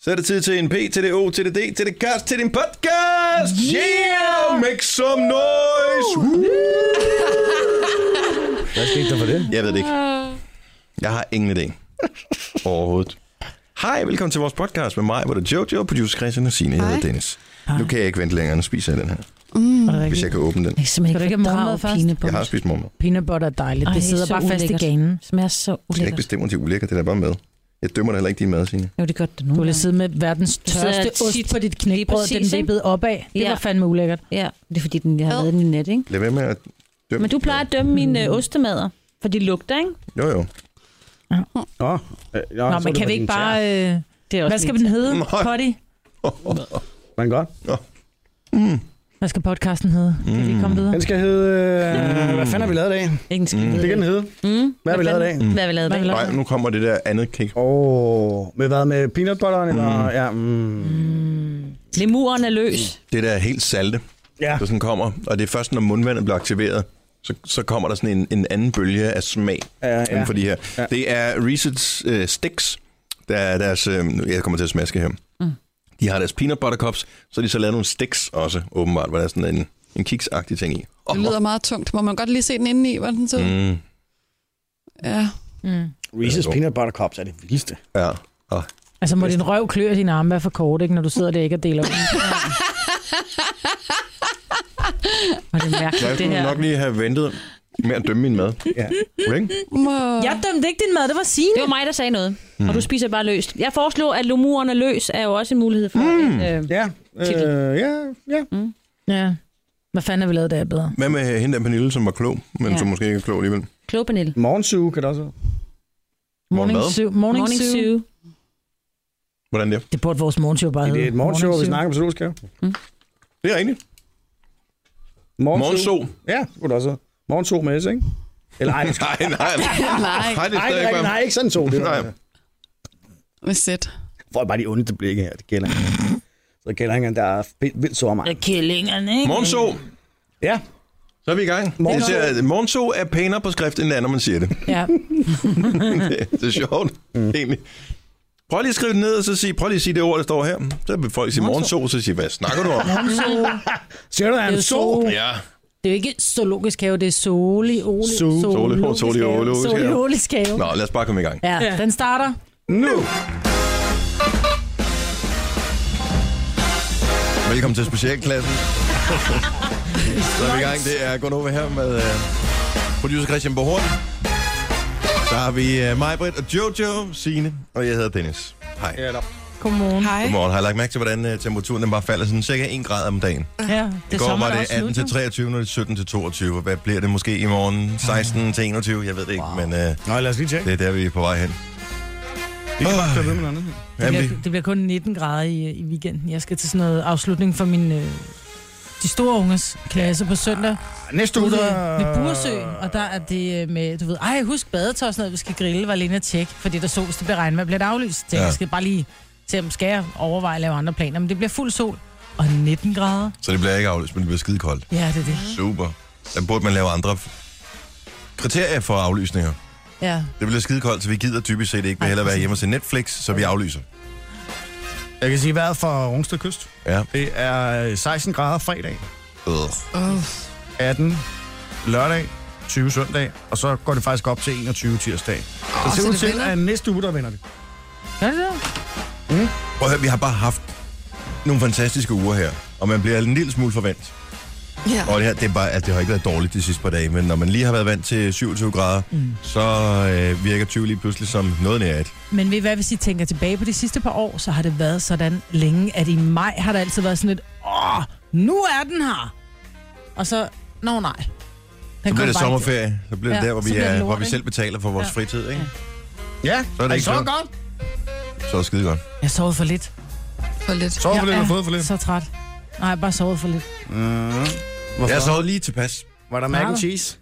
Så er det tid til en P, til det O, til det D, til det kast, til din podcast! Yeah! yeah! Make some noise! Woo! Hvad skete der for det? Jeg ved det ikke. Jeg har ingen idé. Overhovedet. Hej, velkommen til vores podcast med mig, hvor det er Jojo, producer Christian og Signe. Jeg hedder Dennis. Nu kan jeg ikke vente længere, nu spiser jeg den her. Er Mm. det Hvis jeg rigtigt? kan åbne den. Jeg kan simpelthen Kan du ikke ikke have fordrage morgenmad Jeg først? har peanut spist mormor. Peanut butter er dejligt. Ej, det sidder bare fast i ganen. Det smager så Jeg kan ikke ulækkert. bestemme, om det er ulækkert. Det er da bare med. Jeg dømmer da heller ikke din mad, Signe. Jo, det gør det nu. Du ville sidde med verdens sidder tørste tit- ost på dit knækbrød, Lige den præcis, vippede opad. Det Ja. var fandme ulækkert. Ja, det er fordi, den jeg har lavet den i net, ikke? Lad være med at dømme. Men du plejer at dømme mine øh, ostemader, for de lugter, ikke? Jo, jo. Nå, øh, ja, Nå, så er men kan det på vi ikke din bare... tær. Øh, Det er også hvad skal den hedde? Nej. Potty? Men godt. Hvad skal podcasten hedde? Kan vi komme videre? Den skal hedde... Øh, hvad fanden har vi lavet i dag? Ikke en skid. Det kan den hedde. Mm. Hvad har vi lavet i dag? fanden- Hvad har vi lavet i dag? Hvad har Mm. Nej, nu kommer det der andet kick. Mm. Åh, oh, med hvad? Med peanut butteren? Eller? Ja, mm. Lemuren er løs. Det der er helt salte, ja. der sådan kommer. Og det er først, når mundvandet bliver aktiveret, så, så kommer der sådan en, en anden bølge af smag Ja, inden ja. for de her. Ja. Det er Reese's øh, Sticks, der er deres... Øh, nu- jeg kommer til at smaske her. Mm. De har deres peanut butter cups, så har de så lavet nogle sticks også, åbenbart, hvor der er sådan en, en kiksagtig ting i. Oh, Det lyder meget tungt. Må man godt lige se den indeni, hvordan den ser ud? mm, Ja. Mm. Reese's Peanut Butter Cups er det vildeste. ja. Altså, må din røv klø og dine arme være for kort, ikke, når du sidder der ikke og deler ud? Og det er Jeg mærkeligt, det skulle her. nok lige have ventet med at dømme min mad. Ja. Ikke? Må... Jeg dømte ikke din mad, det var Signe. Det var mig, der sagde noget, Mm. og du spiser bare løst. Jeg foreslår, at lemuren er løs er jo også en mulighed for. Mm. En, øh, Mm. Ja, Titel. øh, ja, ja. Ja. Hvad fanden har vi lavet der bedre? Hvad med hende der Pernille, som var klog, men Ja. ja. som måske ikke er klog alligevel? klog Pernille. Morgensuge Uh, kan det også være. Morning hvad? Zoo. Morning, Morning Zoo. Sue. Hvordan det? Det burde vores morgenshow bare hedde. Det er et morgenshow, og vi Zoo. snakker om zoologisk have. Mm. Det er rigtigt. Morgensuge. Morgensol. Ja, det kunne det også være. Morgensuge med S, ikke? Eller ej, nej, Nej, nej. Nej, Nej, det er nej, stadig nej, bare... nej, ikke sådan to. Det Nej. nej. med sæt. Får jeg bare de onde blikke her, det gælder. ikke. Så gælder ikke, der er vildt, vildt sår mig. Ja, Killingerne, ikke? Morgenso. Ja, Så er vi i gang. Morgenså. Jeg siger, at morgenso er pænere på skrift, end det er, når man siger det. Ja. det er sjovt, egentlig. Prøv lige at skrive det ned, og så sig, prøv lige at sige det ord, der står her. Så vil folk sige morgenso, så siger hvad snakker du om? ser du, der er Det en er sol? sol. ja. Det er jo ikke zoologisk have, det er soli, oli, Zoo. Soli- zoologisk soli- have. zoologisk have. Zoologisk have. Nå, lad os bare komme i gang. Ja, den starter. Nu! Velkommen til specialklassen. Så er vi i gang. Det er Gunova her med uh, producer Christian Bohorn. Så har vi uh, mig, Britt og Jojo, Signe og jeg hedder Dennis. Hej. Ja, da. Godmorgen. Hej. Godmorgen. Har jeg lagt mærke til, hvordan uh, temperaturen den bare falder sådan cirka 1 grad om dagen? Ja, I går samme var er det også nu, 18 til jo. 23, nu er det 17 til 22. og Hvad bliver det måske i morgen? 16 til 21? Jeg ved det ikke, wow. men uh, det Nå, lad os lige tjekke. er der, vi er på vej hen. Vi kan bare tage ved med noget andet. Det Jamen, bliver, det bliver kun 19 grader i, i weekenden. Jeg skal til sådan noget afslutning for min, øh, de store ungers klasse på søndag. Næste uge, Ude der... ved Buresøen, og der er det øh, med, du ved, ej, husk badetøj, når vi skal grille, var lige at tjekke, fordi der så, hvis det bliver regn, hvad bliver det aflyst? Tænk, Ja. ja. jeg skal bare lige se, om skal jeg overveje at lave andre planer, men det bliver fuld sol og 19 grader. så det bliver ikke aflyst, men det bliver skide koldt. Ja, det er det. Super. Der burde man lave andre f- kriterier for aflysninger. Ja. Det bliver skide koldt, så vi gider typisk set ikke. Vi Ej, hellere være præcis. hjemme og se Netflix, så vi aflyser. Jeg kan sige vejret fra Rungsted Kyst. Ja. Det er 16 grader fredag, Øh. 18 lørdag, 20 søndag, og så går det faktisk op til 21 tirsdag. Så det så ser ud det til, vender. at næste uge, der vinder det. Gør det det? Mm? Prøv at høre, vi har bare haft nogle fantastiske uger her, og man bliver en lille smule forvent. Ja. Og det her, det, er bare, at det har ikke været dårligt de sidste par dage, men når man lige har været vant til 27 grader, mm. så øh, virker 20 lige pludselig som noget nær et. Men ved I hvad, hvis I tænker tilbage på de sidste par år, så har det været sådan længe, at i maj har der altid været sådan et, åh, nu er den her. Og så, nå nej. Den Så kom bliver det bare ikke. sommerferie, så bliver det Ja, der, hvor så vi, bliver det er, lort, hvor vi ikke? selv betaler for vores ja. Ja. fritid, ikke? Ja, Så er det ikke så så- godt. Så er det skide godt. Jeg sovede for lidt. For lidt. Så for Jeg lidt, du har er fået for lidt. Så træt. Nej, jeg bare sovet for lidt. Mm-hmm. Mm. Hvorfor? Jeg sov lige tilpas. Var der mac and Meget. cheese?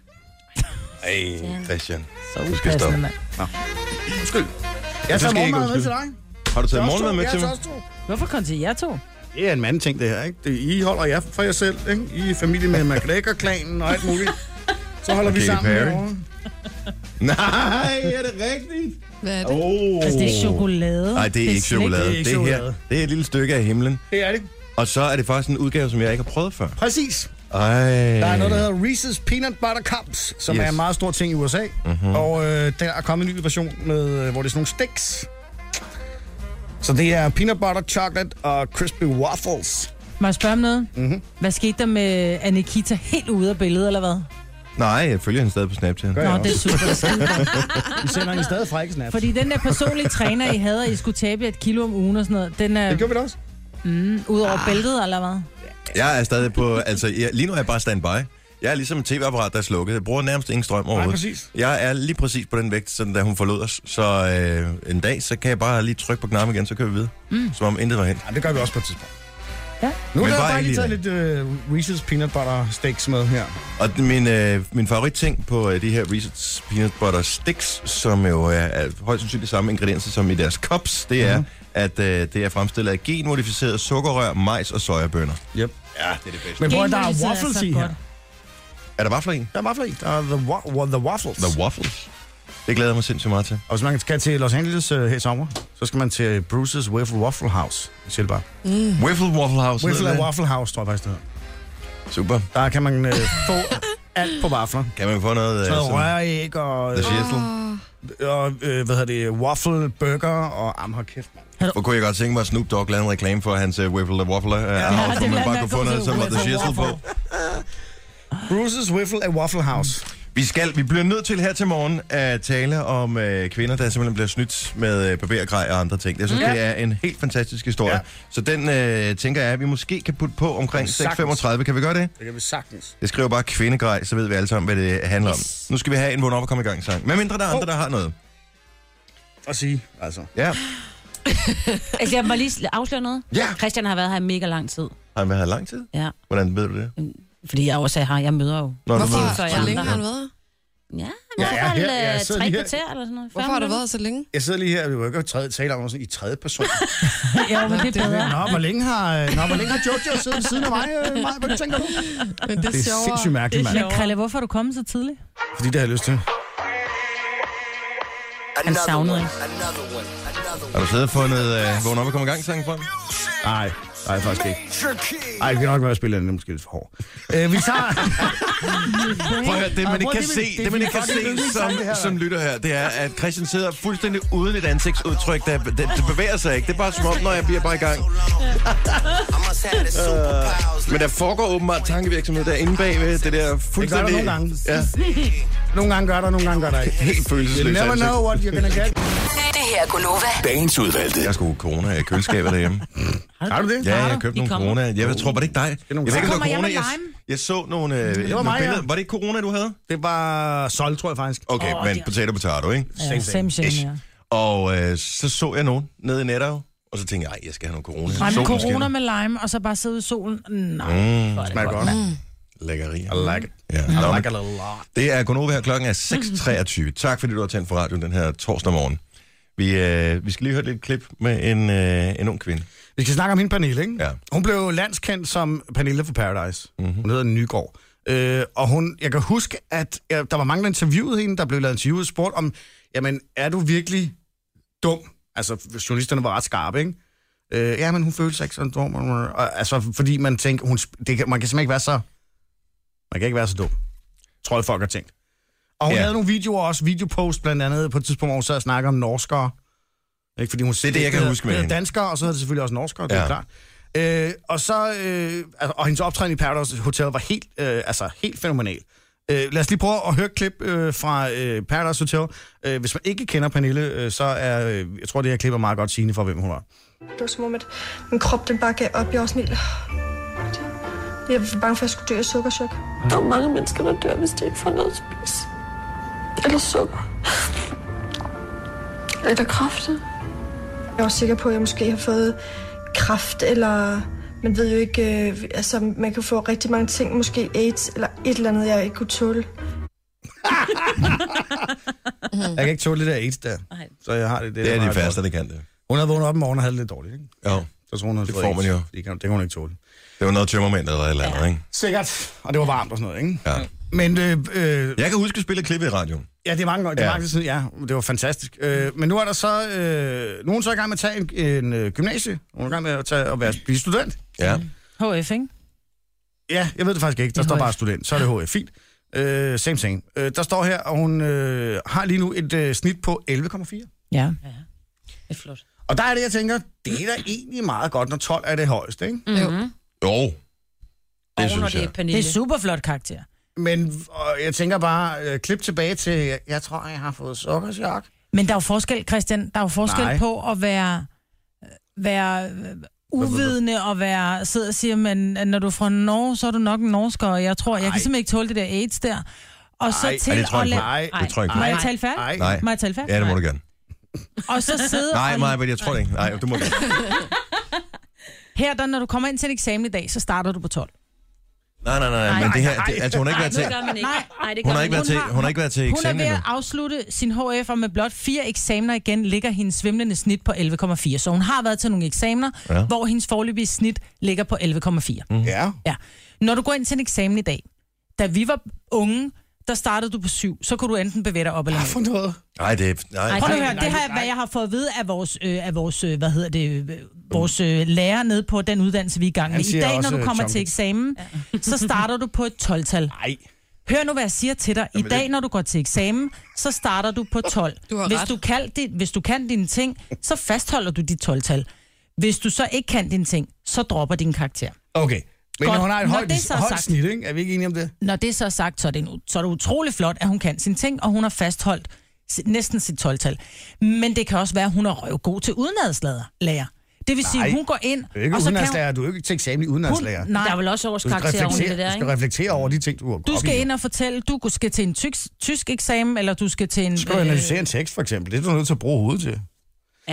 Ej, Christian. Så Du skal stoppe. mand. Undskyld. Jeg Det skal tager I ikke morgenmad med til undskylde. dig. Har du Til taget os morgenmad to. med Ja, til mig? os to. Hvorfor kun til jer to? Det er en manden ting, det her, ikke? Det, I holder jer for jer selv, ikke? I er familie med McGregor-klanen og alt muligt. Så holder vi Okay, sammen Perry. herovre. Nej, er det rigtigt? Hvad er det? Oh. Altså, det er chokolade. Nej, det er ikke slik. chokolade. Det er ikke Det her, chokolade. det er et lille stykke af himlen. Det er det. Og så er det faktisk en udgave, som jeg ikke har prøvet før. Præcis. Ej. Der er noget, der hedder Reese's Peanut Butter Cups, som Yes. Mhm. yes. er en meget stor ting i USA. Mm-hmm. Og øh, der er kommet en ny version, med, øh, hvor det er sådan nogle sticks. Så det er peanut butter chocolate og crispy waffles. Må jeg spørge om noget? Mm-hmm. Hvad skete der med Anikita helt ude af billedet, eller hvad? Nej, jeg følger hende stadig på Snapchat. Gør jeg Nå, også. det er super. skide godt. Vi sender en stadig fra, ikke snap. Fordi den der personlige træner, I havde, at I skulle tabe et kilo om ugen og sådan noget, den er Det gjorde vi da også. ud over Ah. bæltet, eller hvad? Jeg er stadig på... Altså, jeg, lige nu er jeg bare standby. Jeg er ligesom et tv-apparat, der er slukket. Jeg bruger nærmest ingen strøm overhovedet. præcis. Jeg er lige præcis på den vægt, sådan da hun forlod os. Så øh, en dag, så kan jeg bare lige trykke på knappen igen, så kører vi videre. Mm. Som om intet var hent. Ja, det gør vi også på et tidspunkt. Ja. Nu Men har jeg bare bare lige ikke taget lidt øh, Reese's Peanut Butter Sticks med her. Og d- min, øh, min favoritting på øh, de her Reese's Peanut Butter Sticks, som jo er, er højst sandsynligt samme ingredienser som i deres cups, det Mm. er, mm-hmm. at øh, det er fremstillet af genmodificeret sukkerrør, majs og sojabønner. Yep. Ja, det er det bedste. Men prøv at der er Genmodificeret er waffles så i her. godt. Er der vafler i? Der er waffler i. Der er the, wa- wa- the waffles. The waffles. Det glæder jeg mig sindssygt meget til. Og hvis man skal til Los Angeles øh, her i sommer, så skal man til Bruce's Waffle Waffle House. Jeg siger det bare. Mm. Wiffle Mm. Waffle House. Waffle hedder and det. Waffle House, tror jeg faktisk, det hedder. Super. Der kan man øh, få alt på vafler. Kan man få noget... øh, Så noget sådan- røræg og, øh, The shizzle. og øh, hvad hedder det, waffle burger og am har kæft, mand. Hvor kunne jeg godt tænke mig, at Snoop Dogg lavede en reklame for hans uh, Wiffle and Waffle. Uh, ja, det hvor man ville bare være kunne få god noget, til som var The Wiffle and Shizzle på. Bruce's Waffle and Waffle House. Vi skal, vi bliver nødt til her til morgen at tale om øh, kvinder, der simpelthen bliver snydt med øh, barbergrej og andre ting. Jeg synes, mm. det er en helt fantastisk historie. Ja. Ja. Så den øh, tænker jeg, at vi måske kan putte på omkring Sagtens. 6.35. Kan vi gøre det? Det kan vi sagtens. Jeg skriver bare kvindegrej, så ved vi alle sammen, hvad det handler om. Yes. Nu skal vi have en vågn op og komme i gang sang. Men mindre der er andre, der har noget. At sige, altså. Ja. Altså, jeg må lige afsløre noget. Ja. Christian har været her i mega lang tid. Har han været her lang tid? Ja. Mm, Hvordan ved du det? Fordi jeg også er her. Jeg møder jo. Nå, du Hvorfor? ved det. så er jeg Hvor længe andre. har du været her? Ja, i Ja, hvert jeg er fald her. Jeg øh, sidder tre lige her. kvarter eller sådan noget. Hvorfor har du været her så længe? Jeg sidder lige her, vi må ikke tredje, tale om sådan i tredje person. Ja, men det er bedre. Nå, hvor længe har, øh, nå, hvor længe har Jojo siddet ved siden af mig, øh, Maja? Hvad tænker du? Men det Det er er sjovere. sindssygt mærkeligt, mand. Men Krille, hvorfor er du kommet så tidligt? Fordi det har jeg lyst til. Han savnede ikke. Har du siddet og fundet øh, vågn op og komme i gang sang frem? Nej, nej, faktisk ikke. Ej, det kan nok være, at spille den er måske lidt for hård. Øh, vi tager... Prøv at høre, det man Ej, ikke prøv, kan det er se, min- det er det man min ikke kan fucking se yndlingssang, det her, som, mand. som lytter her, det er, at Christian sidder fuldstændig uden et ansigtsudtryk, der, der, der bevæger sig ikke. Det er bare som om, når jeg bliver bare i gang. Øh, Men der foregår åbenbart tankevirksomhed der inde bagved, det der fuldstændig... nogle gange. Ja, Nogle gange gør der, nogle gange gør der ikke. helt You følelsesløst never ansigt. know what you're gonna get. Det her er Gunova. Dagens udvalgte. Jeg skulle corona i køleskabet derhjemme. Har du det? Ja, Har jeg du? købte De nogle kommer. corona. Jeg tror, var det ikke dig? Jeg nogle ved ikke, om Kommer det var jeg corona. med Jeg, lime? jeg så nogle, øh, nogle mig, ja. billeder. Var det ikke corona, du havde? Det var sol, tror jeg faktisk. Okay, Åh, men det- potato, potato, ikke? Ja, same shame, Ish. ja. Og øh, så så jeg nogen nede i Netto, og så tænkte jeg, "Ej, jeg skal have noget corona. Ej, men Solen corona skinner. med lime, og så bare sidde i solen. Mm, Nej, hvor er det Smager godt. godt. Mm. Lækkerier. I like it. Ja. Nå, I men like it a lot. det er kun over her. Klokken er 6.23. tak fordi du har tændt for radioen den her torsdag morgen. Vi, øh, vi skal lige høre et lille klip med en, øh, en ung kvinde. Vi skal snakke om hende, Pernille, ikke? Ja. Mhm. Hun blev landskendt som Pernille for Paradise. Mm-hmm. Hun hedder Nygaard. Øh, og hun, jeg kan huske, at øh, der var mange, der interviewede hende, der blev lavet interviewet og spurgt om, jamen, er du virkelig dum? Altså, journalisterne var ret skarpe, ikke? Øh, ja, men hun følte sig ikke sådan dum. Og, altså, fordi man tænker, hun, sp- det, kan- man kan simpelthen ikke være så... Man kan ikke være så dum. Tror jeg, folk har tænkt. Og hun Ja. ja. havde nogle videoer også, videopost blandt andet, på et tidspunkt, hvor hun sad og snakkede om norskere. Ikke, fordi hun er det, jeg kan huske med hende. danskere, og så havde det selvfølgelig også norskere, det ja. Ja. er klart. Øh, og så, øh, altså, og hendes optræden i Paradise Hotel var helt, øh, altså helt fænomenal. Øh, lad os lige prøve at høre et klip øh, fra øh, Paradise Hotel. Øh, hvis man ikke kender Pernille, øh, så er, øh, jeg tror, det her klip er meget godt sigende for, hvem hun er. Det var som om, at min krop den bare gav op. Jeg var sådan helt... Jeg var bange for, at jeg skulle dø af sukkerchok. Der er mange mennesker, der dør, hvis de ikke får noget at spise. Eller sukker. Eller kræfter. Jeg var sikker på, at jeg måske har fået kraft, eller man ved jo ikke, øh, altså man kan få rigtig mange ting, måske AIDS, eller et eller andet, jeg ikke kunne tåle. Jeg kan ikke tåle det der AIDS der, Nej. så jeg har det. Det er meget de færreste, der kan det. godt. Hun havde vågnet op i morgen og havde det lidt dårligt, ikke? Jo. Så tror hun, hun Det får man jo. Det kan, det kan hun ikke tåle. Det var noget tømmermænd eller et eller andet, ikke? Sikkert. Og det var varmt og sådan noget, ikke? Ja. Men øh, øh, Jeg kan huske, at vi spillede klippet i radioen. Ja, det er mange, det er Ja. ja. mange siden, ja. Det var fantastisk. Øh, men nu er der så... Øh, nogen så er i gang med at tage en, en øh, gymnasie. Nogen er i gang med at, tage, at være, blive student. Ja. Mm. HF, ikke? Ja, jeg ved det faktisk ikke. Der Det er står bare HF. student. Så er det HF. Fint. Øh, same, same. Øh, der står her, og hun øh, har lige nu et øh, snit på 11,4. Ja. Det er flot. Og der er det, jeg tænker, det er da egentlig meget godt, når 12 er det højeste, ikke? Mm-hmm. Jo. Det Og når synes det jeg. er Pernille. Det er super flot karakter. Men og jeg tænker bare, øh, klip tilbage til, jeg, jeg tror, jeg har fået sukkerchok. Men der er jo forskel, Christian. Der er jo forskel Nej. Nej. på at være, være øh, uvidende og være, sidde og sige, men øh, når du er fra Norge, så er du nok en norsker, og jeg tror, jeg Nej. kan simpelthen ikke tåle det der AIDS der. Og så Nej. til Ej, det tror jeg at ikke lade... på. Nej, Det tror jeg ikke. Må på. jeg tale færdig? nej. Nej. Må jeg tale færdig? Ja, det må du gerne. Og så sidde Nej, og nej, men jeg tror det ikke. Nej, du må gerne. Her, der, når du kommer ind til en eksamen i dag, så starter du på 12. Nej, nej, nej, men det her, det, altså hun har ikke været til, Nej, det gør man ikke. Nej, det hun gør har man ikke været til, hun har ikke været til Hun er eksamen ved at endnu. afslutte sin HF, og med blot fire eksamener igen ligger hendes svimlende snit på 11,4. Så hun har været til nogle eksamener, Ja. ja. hvor hendes forløbige snit ligger på 11,4. Mm. Ja. Ja. Når du går ind til en eksamen i dag, da vi var unge, der startede du på 7, så kunne du enten bevæge dig op eller ned. For noget. Nej, det er, nej. Prøv nu at nej, høre, det her er, hvad jeg har fået at vide af vores, øh, af vores øh, hvad hedder det, øh, vores øh, lærer nede på den uddannelse, vi er i gang Han med. I siger dag, også, når du kommer øh, til eksamen, så starter du på et 12-tal. Nej. Hør nu, hvad jeg siger til dig. I Jamen, dag, det- når du går til eksamen, så starter du på 12. Du har hvis, ret. du kan, di- hvis du kan dine ting, så fastholder du dit 12-tal. Hvis du så ikke kan dine ting, så dropper din karakter. Okay. Men Godt. hun har et Når højt, det så er højt sagt. snit, ikke? Er vi ikke enige om det? Når det så er sagt, så er det, en, så er det utrolig flot, at hun kan sine ting, og hun har fastholdt si- næsten sit 12-tal. Men det kan også være, at hun er røvgod til udenadslager. Det vil sige, Nej. at hun går ind, Du er ikke og så kan udenlandslærer, du er jo ikke til eksamen i hun... udenlandslærer. hun Du Der nej, er vel også skal, årskarakter oven i reflektere, det du der, skal ikke? reflektere over de ting, du har du skal ind og fortælle, du skal til en tysk, tysk eksamen, eller du skal til en... Du skal du analysere en tekst, for eksempel. Det er du nødt til at bruge hovedet til. Du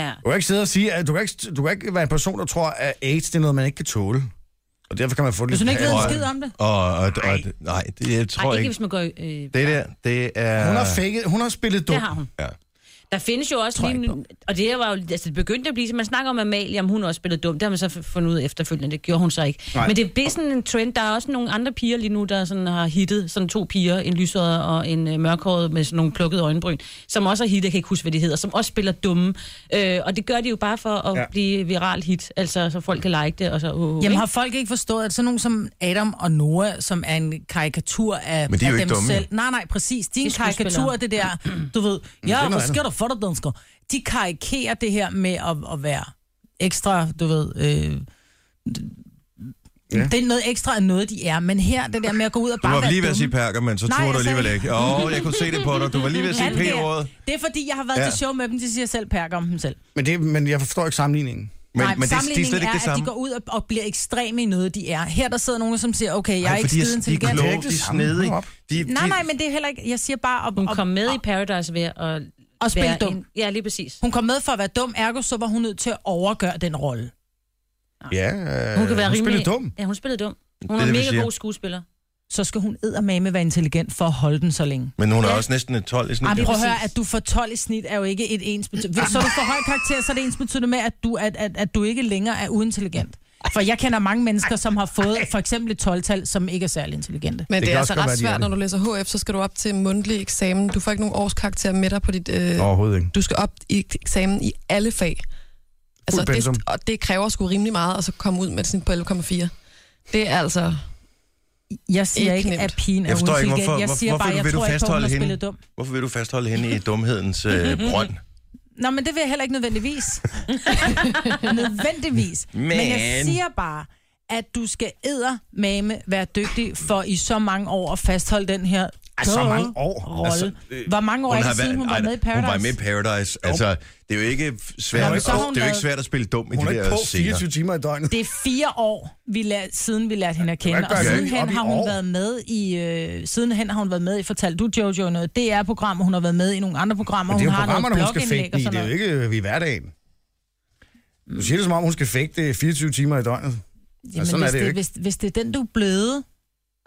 Ja. kan ikke sidde og sige, at du kan ikke, du kan ikke være en person, der tror, at AIDS det er noget, man ikke kan tåle. Og derfor kan man få det Hvis hun lidt... ikke ved en Prøv at- skid om det. Og, og, og, nej, det jeg Ej, tror jeg ikke. ikke hvis man går... Øh, Det der, det er... Hun har faked, hun har spillet dum. det har hun. Ja. Der findes jo også lige, nu- og det her var jo, altså det begyndte at blive, så man snakker om Amalie, om hun også spillede dumt, det har man så f- fundet ud af efterfølgende, det gjorde hun så ikke. Nej. Men det blev sådan en trend, der er også nogle andre piger lige nu, der sådan har hittet, sådan to piger, en lyshåret og en øh, mørkhåret med sådan nogle plukkede øjenbryn, som også har hittet, jeg kan ikke huske, hvad de hedder, som også spiller dumme, øh, og det gør de jo bare for at Ja. ja. blive viral hit, altså så folk kan like det, og så uh, Jamen har folk ikke forstået, at sådan nogen som Adam og Noah, som er en karikatur af, Men de er jo af ikke dem dumme, selv. jo. Nej, nej, præcis. De er Det en er skuespillere. karikatur af det der, du ved, ja, noget hvad sker der for dig, dansker? De karikerer det her med at, at være ekstra, du ved, øh, Ja. ja. det er noget ekstra af noget, de er. Men her, det der med at gå ud og Du bare var være lige ved at dumme. sige perker, men så Nej, turde du jeg sagde- alligevel ikke. Åh, jeg kunne se det på dig. Du var lige ved at sige Alt det er- p-ordet. Det er fordi, jeg har været Ja. ja. til show med dem, de siger selv perker om dem selv. Men, det, men jeg forstår ikke sammenligningen. Men, Nej, men det, det er sammenligningen slet ikke det er, at de samme. går ud og, og bliver ekstreme i noget, de er. Her der sidder nogen, som siger, okay, jeg er Nej, ikke fordi skide de er intelligent. Det er kloge, ikke de det er samme. snedige. Hold op. De, de, Nej, nej, men det er heller ikke... Jeg siger bare... At, hun at- kom med i at- Paradise ved at Og spille være dum. en- Ja, lige præcis. Hun kom med for at være dum, ergo så var hun nødt til at overgøre den rolle. Ja, øh, Hun kan være hun rimelig... spillede dum. Ja, hun spillede dum. Det Hun er er, det, vi mega siger. god skuespiller. Så skal hun eddermame være intelligent for at holde den så længe. men hun er også næsten et 12 i sådan Ej, men en prøv at høre, at du får 12 i snit er jo ikke et ens betydende. Så du får høj karakter, så er det ens betydende med, at du, at, at, at du ikke længere er uintelligent. For jeg kender mange mennesker, som har fået for eksempel et 12-tal, som ikke er særlig intelligente. Det Men det, kan er også altså godt være, ret de er svært, det. når du læser HF, så skal du op til en mundtlig eksamen. Du får ikke nogen årskarakter med dig på dit... Øh, Overhovedet ikke. du skal op i et eksamen i alle fag. Altså, pensum. det, og det kræver sgu rimelig meget, og så komme ud med et snit på 11,4. Det er altså... Jeg siger Ikke ikke, nemt. at pigen er Jeg forstår ikke, uintelligent. hvorfor, jeg hvor- siger hvorfor bare, jeg vil du tror ikke på, hun fastholde har hende? spillet dum. Mm-hmm. Hvorfor vil du fastholde hende i dumhedens øh, brønd? Nå, men det vil jeg heller ikke nødvendigvis. nødvendigvis. Men... men jeg Men- siger bare, at du skal eddermame være dygtig for i så mange år at fastholde den her Ej, så døde mange år. rolle. Altså, Altså, Hvor mange år er det siden, hun var ej, med i Paradise? Hun var med i Paradise. Altså, det er jo ikke Nå, svært, men det så har hun er jo ikke lavet- svært at spille dum i Hun er de ikke på der scener. 24 timer i døgnet. Det er fire år, vi lad, siden vi lærte hende at kende. ikke Og gøre det sidenhen op i har hun år. været med i... Øh, sidenhen har hun været med i Fortal Du Jojo noget DR-program, hun har været med i nogle andre programmer. Men det er hun jo har programmerne, hun noget skal blogindlæg fægte og i. Det sådan er jo noget. ikke øh, i hverdagen. Du siger det, som om hun skal fægte 24 timer i døgnet. Jamen, sådan er hvis, det jo det, ikke. hvis, hvis det er den, du er blevet...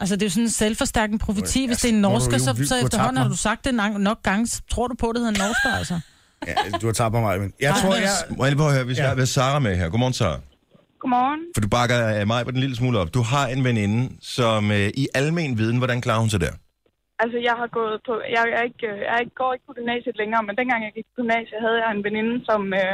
Altså, det er jo sådan en selvforstærkende profeti. Ja, Hvis det er en så må du norsker, jo så, vildt så gå tabt efterhånden har mig. du sagt det nok- nok gange. Så tror du på, det hedder en norsker, altså? Ja, du har tabt mig, men jeg tror, jeg... Må jeg lige prøve at høre, hvis jeg har Sarah med her. Godmorgen, Sarah. Godmorgen. For du bakker øh, mig på den lille smule op. Du har en veninde, som øh, i almen viden, hvordan klarer hun sig der? Altså, jeg har gået på... Jeg, er ikke, øh, jeg er ikke, går ikke på gymnasiet længere, men dengang jeg gik på gymnasiet, havde jeg en veninde, som, øh,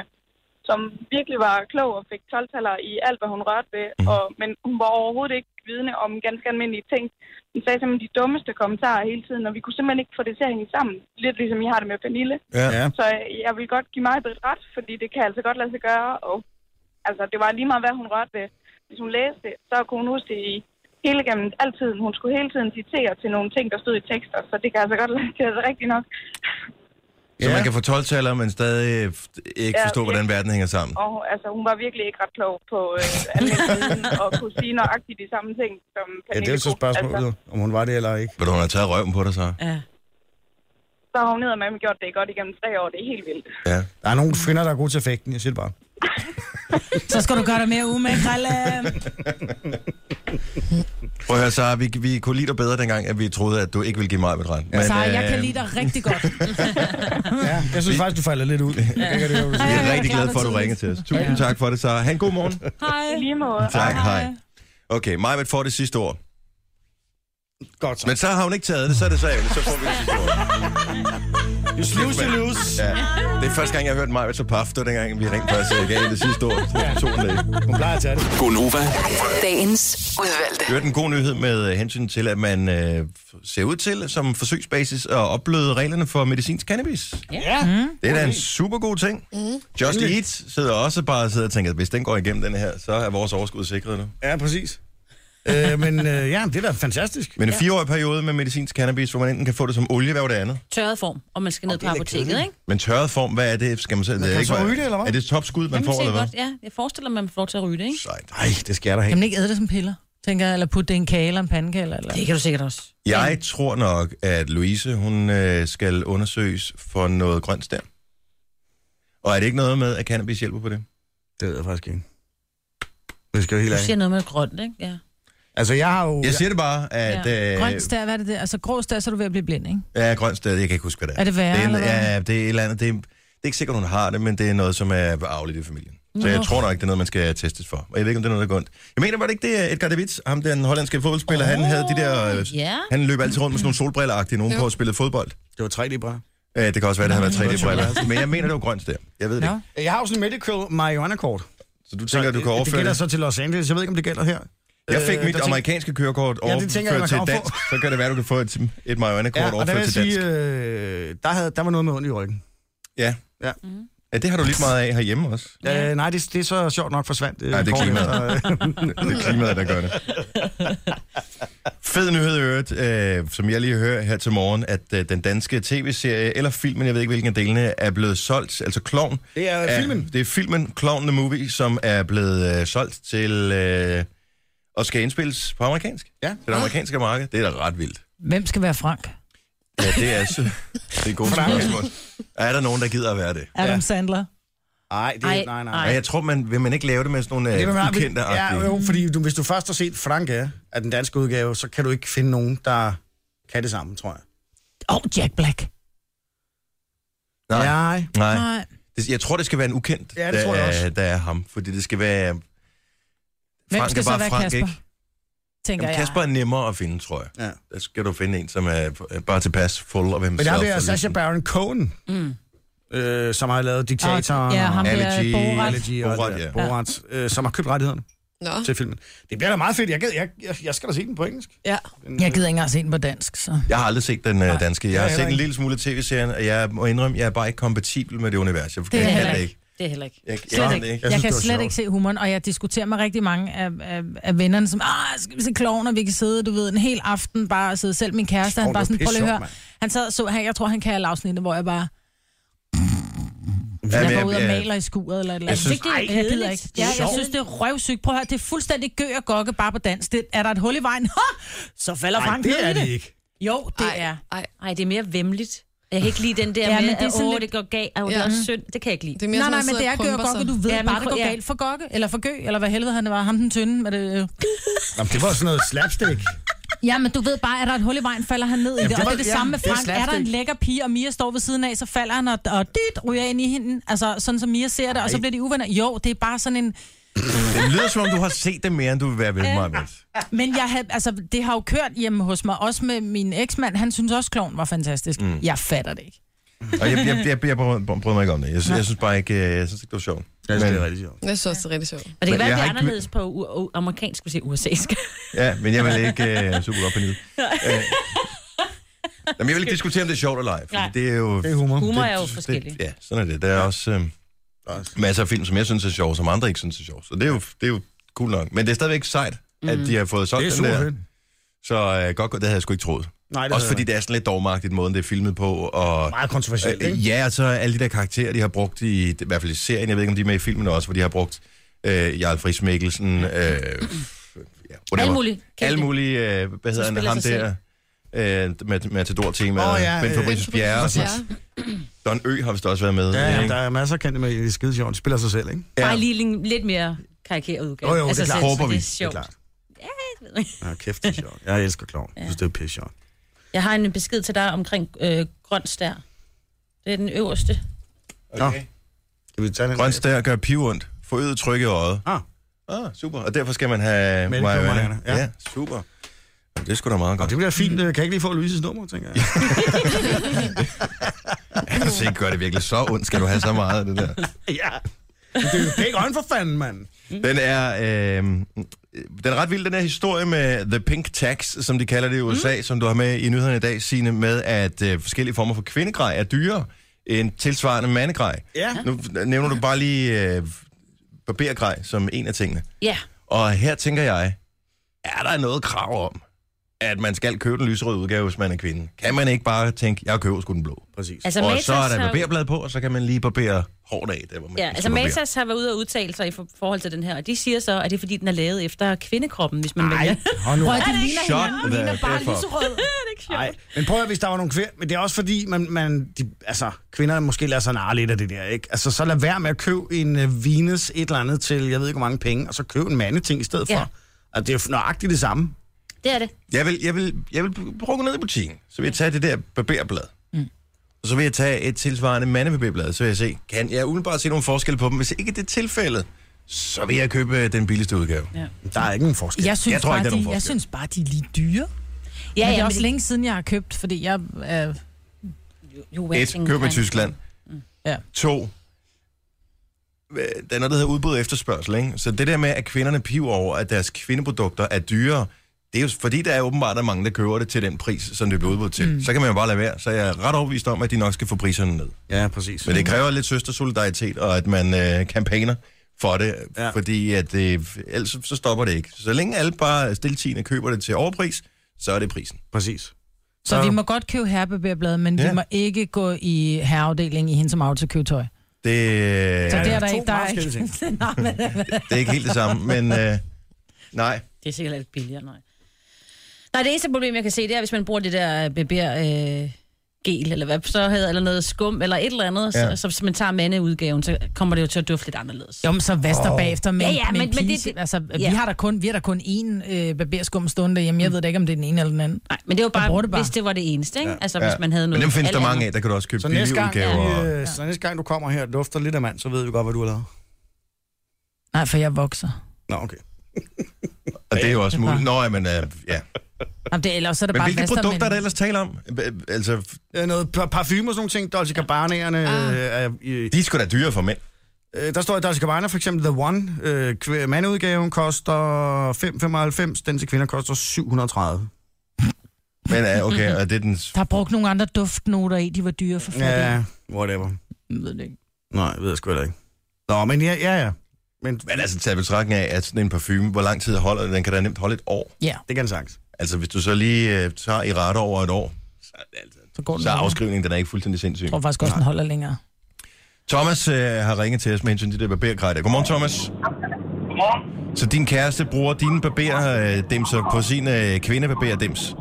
som virkelig var klog og fik 12 i alt, hvad hun rørte ved. Og, men hun var overhovedet ikke vidne om ganske almindelige ting. Hun sagde simpelthen de dummeste kommentarer hele tiden, og vi kunne simpelthen ikke få det til at hænge sammen. Lidt ligesom I har det med Pernille. Ja. Så øh, jeg vil godt give mig et ret, fordi det kan altså godt lade sig gøre. Og, altså, det var lige meget, hvad hun rørte ved. Hvis hun læste det, så kunne hun huske det i hele gennem altid. Hun skulle hele tiden citere til nogle ting, der stod i tekster, så det kan altså godt lade sig gøre rigtigt nok. Så man kan få 12 men stadig øh, ikke Ja, forstå, hvordan virkelig. verden hænger sammen. Og altså, hun var virkelig ikke ret klog på øh, almindelig viden og kunne sige nøjagtigt de samme ting, som Ja, Pernille det er jo så kunne. spørgsmålet, altså. om hun var det eller ikke. Vil du, hun har taget røven på dig så? Ja. så har hun ned med gjort det godt igennem tre år. Det er helt vildt. Ja. Der er nogle kvinder, der er gode til effekten, jeg siger det bare. Så skal du gøre dig mere umage, Krille. Prøv at høre, Sara, vi, vi kunne lide dig bedre dengang, at vi troede, at du ikke ville give mig et ret. Men, Så jeg kan øh, lide dig rigtig godt. Ja, jeg synes faktisk, du falder lidt ud. Jeg kan ikke rigtig høre, hvad du Vi siger. er jeg rigtig glade klarer mig for, at du tidligt. ringede til os. Tusind ja. tak for det, Sara. Ha' en god morgen. Hej. I lige måde. tak, hej. Okay, Majbet får det sidste ord. Godt så. Men så har hun ikke taget det, så er det så ærgerligt. Så får vi det sidste ord. You snooze, you lose. Ja. Det er første gang, jeg har hørt Majbet så paf. Det var dengang, vi ringte først, så jeg gav hende det sidste ord. Så tog hun det. Hun plejer at tage det. Gonova. Dagens udvalgte. Det er en god nyhed med øh, hensyn til, at man øh, ser ud til som forsøgsbasis at opbløde reglerne for medicinsk cannabis. Ja. Mm. Det er da en super god ting. Just Eat sidder også bare og sidder og tænker, at hvis den går igennem den her, så er vores overskud sikret nu. Ja, præcis. Øh, men øh, ja, det er da fantastisk. Men en fireårig periode med medicinsk cannabis, hvor man enten kan få det som olie, hvad var det andet? Tørret form, og man skal ned på apoteket, ikke? Men tørret form, hvad er det? Skal man selv, det er kan ikke, så hvad- ryge det, eller hvad? Er det topskud, man Jamen, får, se eller hvad? godt, Ja, jeg forestiller mig, at man får lov til at ryge det, ikke? Sejt. Nej, det skal jeg da Kan have. man ikke æde det som piller? Tænker jeg, eller putte det i en kage eller en pandekage? Eller, eller? Det kan du sikkert også. Jeg tror nok, at Louise, hun øh, skal undersøges for noget grønt stær. Og er det ikke noget med, at cannabis hjælper på det? Det ved jeg faktisk ikke. Det skal jeg helt Du ærligt. siger noget med grønt, ikke? Ja. Altså, jeg har jo... Jeg siger det bare, at... Ja. Øh, Grøn stær, hvad er det der? Altså grå stær, så er du ved at blive blind, ikke? Ja, grønt stær, jeg kan ikke huske, hvad det er. Er det værre, Det er, en- eller hvad? ja, det er et eller andet. Det er, det er ikke sikkert, hun har det, men det er noget, som er afligt i familien. Så jeg Nå. tror nok ikke, det er noget, man skal testes for. Og jeg ved ikke, om det er noget, der er ondt. Jeg mener, var det ikke det, at Edgar Davids, ham der den hollandske fodboldspiller, oh, han havde de der... øh, ja. Han løb altid rundt med sådan nogle solbriller-agtige, nogen Jo. på at spille fodbold. Det var 3D-bræt. Ja, det kan også være, det har været 3D-briller. Men jeg mener, det var grønt der. Jeg ved det Nå. ikke. Jeg har jo sådan en medical marijuana-kort. Så du tænker, at du kan det. Det overføre gælder det? så til Los Angeles. Jeg ved ikke, om det gælder her. Jeg fik Øh, mit der tænker- amerikanske kørekort Ja, det overført tænker jeg, man til kan dansk. Så kan det være, du kan få et, et Ja, marihuana-kort og der vil overført jeg til dansk. sige, øh, der, havde, der var noget med ondt i ryggen. Ja. Ja. Ja, det har du lidt meget af herhjemme også. Ja. Øh, nej, det, det er så sjovt nok forsvandt. Øh, Nej, det er kort klimaet. efter, øh, Det er klimaet, der gør det. Fed nyhed i øvrigt, øh, som jeg lige hører her til morgen, at øh, den danske tv-serie eller filmen, jeg ved ikke hvilken af delene, er blevet solgt, altså Klovn. Det er filmen. Det er filmen Klovn The Movie, som er blevet øh, solgt til øh, og skal indspilles på amerikansk. Ja. Til det amerikanske marked. Det er da ret vildt. Hvem skal være Frank? Ja, det er, så, det er gode spørgsmål. Er der nogen, der gider at være det? Adam Sandler? Nej, det, Ej, nej, nej, nej. ej. Og jeg tror, man, vil man ikke lave det med sådan nogle Det vil øh, man- ukendte ja, jo, fordi du, hvis du først har set Franka af den danske udgave, så kan du ikke finde nogen, der kan det samme, tror jeg. Åh, oh, Jack Black. Nej. Nej. Mm, Nej. Nej. Det- Jeg tror, det skal være en ukendt, Ja, det der, tror jeg er, også. der er ham. Fordi det skal være... Hvem Frank skal er så bare være Frank, Kasper? ikke? Tænker Jamen, Kasper jeg. er nemmere at finde, tror jeg. Ja. Der skal du finde en, som er øh, bare tilpas fuld af hvem Men der bliver Sacha Baron Cohen, Mm. øh, som har lavet Diktatoren ja, ham og der Allergy, Borat. Allergy og Borat, Borat, ja. ja. Borat øh, som har købt rettighederne Nå, til filmen. Det bliver da meget fedt. Jeg, gad, jeg, jeg, jeg skal da se den på engelsk. øh, ja. Den, Jeg gider ikke engang se den på dansk, så... Jeg har aldrig set den øh, danske. Jeg har heller set en ikke. lille smule tv-serien, og jeg må indrømme, jeg er bare ikke kompatibel med det univers. Jeg, er jeg heller kan det ikke. ikke. Det er heller ikke. Jeg, jeg, Slet kan ikke. det Jeg, ikke. Jeg jeg synes, kan det var slet sjovt. ikke se humoren, og jeg diskuterer med rigtig mange af, af, af vennerne, som, ah, skal vi se kloven, og vi kan sidde, du ved, en hel aften bare og sidde. Selv min kæreste, Åh, han det bare var sådan, prøv lige at høre. pisse sjovt, Han sad og så, han, jeg tror, han kan alle afsnittet, hvor jeg bare, Ja, men jeg går ud og jeg- maler i skuret, eller et eller Jeg andet. synes- Ej, Ej, jeg gider ikke. Ja, jeg synes, det er røvsygt. Prøv at høre, det er fuldstændig gø og gokke bare på dans. Det, er der et hul i vejen? Ha! Så falder Nej, Frank ned det er i det det. ikke. Jo, det Ej, er. ej. Ej, det er mere vemmeligt. Jeg kan ikke lide den der Ja, ja, men med, det er at sådan åh, lidt- det går galt, og det Ja. er også synd. Det kan jeg ikke lide. Det er mere Nej, sådan, nej, at men sidde det er og gø og pumper gokke, sig. du ved Ja, men bare, det for- går ja. galt for gokke, eller for gø, eller hvad helvede han var, ham den tynde med det... øh. Jamen, det var sådan noget slapstick. Ja, men du ved bare, er der et hul i vejen, falder han ned i det. det Og var- det er det ja, samme med det er Frank. Er der en slapstick. lækker pige, og Mia står ved siden af, så falder han og, og dit ryger ind i hende. Altså, sådan som Mia ser det, og så bliver de uvenner. Jo, det er bare sådan en... Det lyder som om, du har set det mere, end du vil være ved mig. Men jeg havde, altså, det har jo kørt hjemme hos mig, også med min eksmand. Han synes også, kloven var fantastisk. Mm. Mm. Jeg fatter det ikke. Og jeg, jeg, jeg, jeg, jeg bryder bryder mig ikke om det. Jeg, jeg synes bare ikke, øh, jeg synes ikke, det var sjovt. Jeg synes, det Men- er rigtig sjovt. Jeg synes også, det er rigtig sjovt. Og det Men kan være, jeg at det har er ikke- anderledes på u- u- amerikansk, hvis jeg USA'sk. Ja, men jeg vil ikke uh, super godt på nil. Uh, jamen, jeg vil ikke diskutere, om det er sjovt eller ej. Nej. fordi Det er jo... Det er humor. Humor er jo forskellig. Det, ja, sådan er det. Der er også øh, masser af film, som jeg synes er sjov, som andre ikke synes er sjov. Så det er jo, det er jo cool nok. Men det er stadigvæk sejt, at de har fået solgt Mm. Det er den super der. fedt. Så øh, godt, gået, det havde jeg sgu ikke troet. Nej, Også fordi det er sådan lidt dogmagtigt, måden det er filmet på. Og, Meget kontroversielt, ikke? øh, ja, og så alle de der karakterer, de har brugt i, i hvert fald i serien, jeg ved ikke, om de er med i filmen også, hvor de har brugt øh, Jarl Friis Mikkelsen, øh, ja, whatever. Alle mulige kendte. Alle mulige, øh, hvad hedder han, spiller ham sig der, øh, med, med Tador-temaet, Åh, oh, ja, ja, Ben øh, Fabricius Bjerre, og sådan. Ja. Don Ø har vist også været med. Ja, ja, ikke? der er masser af kendte med i skide sjovt. De spiller sig selv, ikke? Bare lige en lidt mere karikeret udgave. Altså, så- Jo, jo, det er klart. så Håber vi. Det Det er er sjovt. klart. Ja, jeg ved ikke. Ja, kæft, det er sjovt. Jeg elsker klovn. Jeg synes, det er pisse sjovt. Jeg har en besked til dig omkring øh, grøn stær. Det er den øverste. Okay. Skal vi tage den? Grøn stær gør pivondt. Forøget tryk i øjet. Ah. Ah, super. Og derfor skal man have Mælk og marihuana. marihuana, ja. Ja. ja, super. Det er sgu da meget Og godt. det bliver fint. Øh, Kan jeg ikke lige få Louise's nummer, tænker jeg. Altså ikke gør det virkelig så ondt, skal du have så meget af det der. ja. Men Det er jo pæk øjne for fanden, mand. Den er, øh, den er ret vild, den her historie med The Pink Tax, som de kalder det i USA, mm. som du har med i nyhederne i dag, Signe, med at øh, forskellige former for kvindegrej er dyrere end tilsvarende mandegrej. Ja. Nu nævner du bare lige øh, barbergrej som en af tingene. Ja, Og her tænker jeg, er der noget krav om, at man skal købe den lyserøde udgave, hvis man er kvinde? Kan man ikke bare tænke, jeg køber sgu den blå? Præcis. altså og Matas så er der har- barberblad på, og så kan man lige barbere hårdt af. Der, hvor man Ja, skal altså barbere. Matas har været ude og udtale sig i for- forhold til den her, og de siger så, at det er fordi, den er lavet efter kvindekroppen, hvis man vælger. Hold nu. Prøv, op. det ligner Shut hinanden. Det ligner the bare F up. lyserød. Nej, men prøv at hvis der var nogle kvinder, men det er også fordi, man, man de, altså, kvinderne måske lader sig narre lidt af det der, ikke? Altså, så lad være med at købe en uh, Venus et eller andet til, jeg ved ikke hvor mange penge, og så køb en mandeting i stedet Ja. ja. for. Og det er jo nøjagtigt det samme. Det er det. Mm. Jeg vil, jeg vil, jeg vil prøve at gå ned i butikken. Så vil jeg tage det der barberblad. Mm. Og så vil jeg tage et tilsvarende mandebarberblad. Så vil jeg se, kan jeg umiddelbart se nogle forskel på dem? Hvis ikke det er tilfældet, så vil jeg købe øh, den billigste udgave. Ja. Der er ikke nogen forskel. Jeg synes, Jeg tror bare, ikke, der er nogen de, jeg forskel. synes bare, de er lige dyre. Ja, Ja, men det ja, er men også det- længe siden, jeg har købt, fordi jeg... Øh, Jo, Et, køb i Tyskland. Ja. To, øh, der er noget, der hedder udbud og efterspørgsel, ikke? Så det der med, at kvinderne piver over, at deres kvindeprodukter er dyre, det er jo fordi, der er åbenbart der er mange, der køber det til den pris, som det bliver udbudt til. Mm. Så kan man jo bare lade være. Så jeg er ret overbevist om, at de nok skal få priserne ned. Ja, præcis. Men det kræver lidt søstersolidaritet, og at man øh, kampagner for det, ja. Ja. fordi at, øh, ellers så- så stopper det ikke. Så længe alle bare stiltigende køber det til overpris, så er det prisen. Præcis. så vi må godt købe herrebeværbladet, men ja. Ja. vi må ikke gå i herreafdelingen i hende som auto købe tøj. Det, øh, Så det det, er der to ikke, der er meget ikke. forskellige Nej, men, det er ikke helt det samme, men øh, nej. Det er sikkert lidt billigere, nej. Nej, det eneste problem, jeg kan se, det er, hvis man bruger det der beber øh, gel, eller hvad så hedder, eller noget skum, eller et eller andet, Ja. ja. så, så, hvis man tager mandeudgaven, så kommer det jo til at dufte lidt anderledes. jo, men så vaster oh. bagefter med, Ja, ja, ja, ja, med men- men, men det- pige. det- altså, vi, ja. har der kun, vi har der kun én øh, barberskum stående derhjemme. Jeg Mm. ved da ikke, om det er den ene eller den anden. Nej, men det var bruger bare, det det bare. bare, hvis det var det eneste, ikke? Ja. Altså, Ja. hvis man havde noget... Men dem findes alt der mange andet. af, der kan du også købe Så billige næste, gang, udgaver. ja, Ja. øh, så næste gang, du kommer her og dufter lidt af mand, så ved vi godt, hvad du har lavet. Nej, for jeg vokser. Nå, okay. Og det er jo også muligt. Nå, men, øh, ja. Jamen, det, er- ellers så er det men bare hvilke vaster, produkter er der ellers tale om? Øh, øh, Altså, Øh, Noget par- parfume og sådan nogle ting, Dolce Gabbana'erne. Ah. Øh, de er sgu da dyre for mænd. øh, der står i Dolce Gabbana for eksempel The One. Øh, kv- mandeudgaven koster 5,95, den til kvinder koster 730. Men øh, okay, og det er den... Der er brugt nogle andre duftnoter i, de var dyre for fattige. Ja. Ja, whatever. Jeg ved det ikke. Nej, ved jeg sgu heller ikke. Nå, men ja, ja, ja. Men Men altså, taget i betragtning af, at sådan en parfume, hvor lang tid holder den, den kan da nemt holde et år. Ja, det kan sagtens. Altså, hvis du så lige øh, tager i rette over et år, så går den så er længere. afskrivningen, den er ikke fuldstændig sindssyg. Jeg tror faktisk også, den holder længere. Thomas øh, har ringet til os med hensyn til det barbergrej der. Godmorgen, Thomas. Godmorgen. Så din kæreste bruger dine barberdimser på sin øh, kvindebarberdims.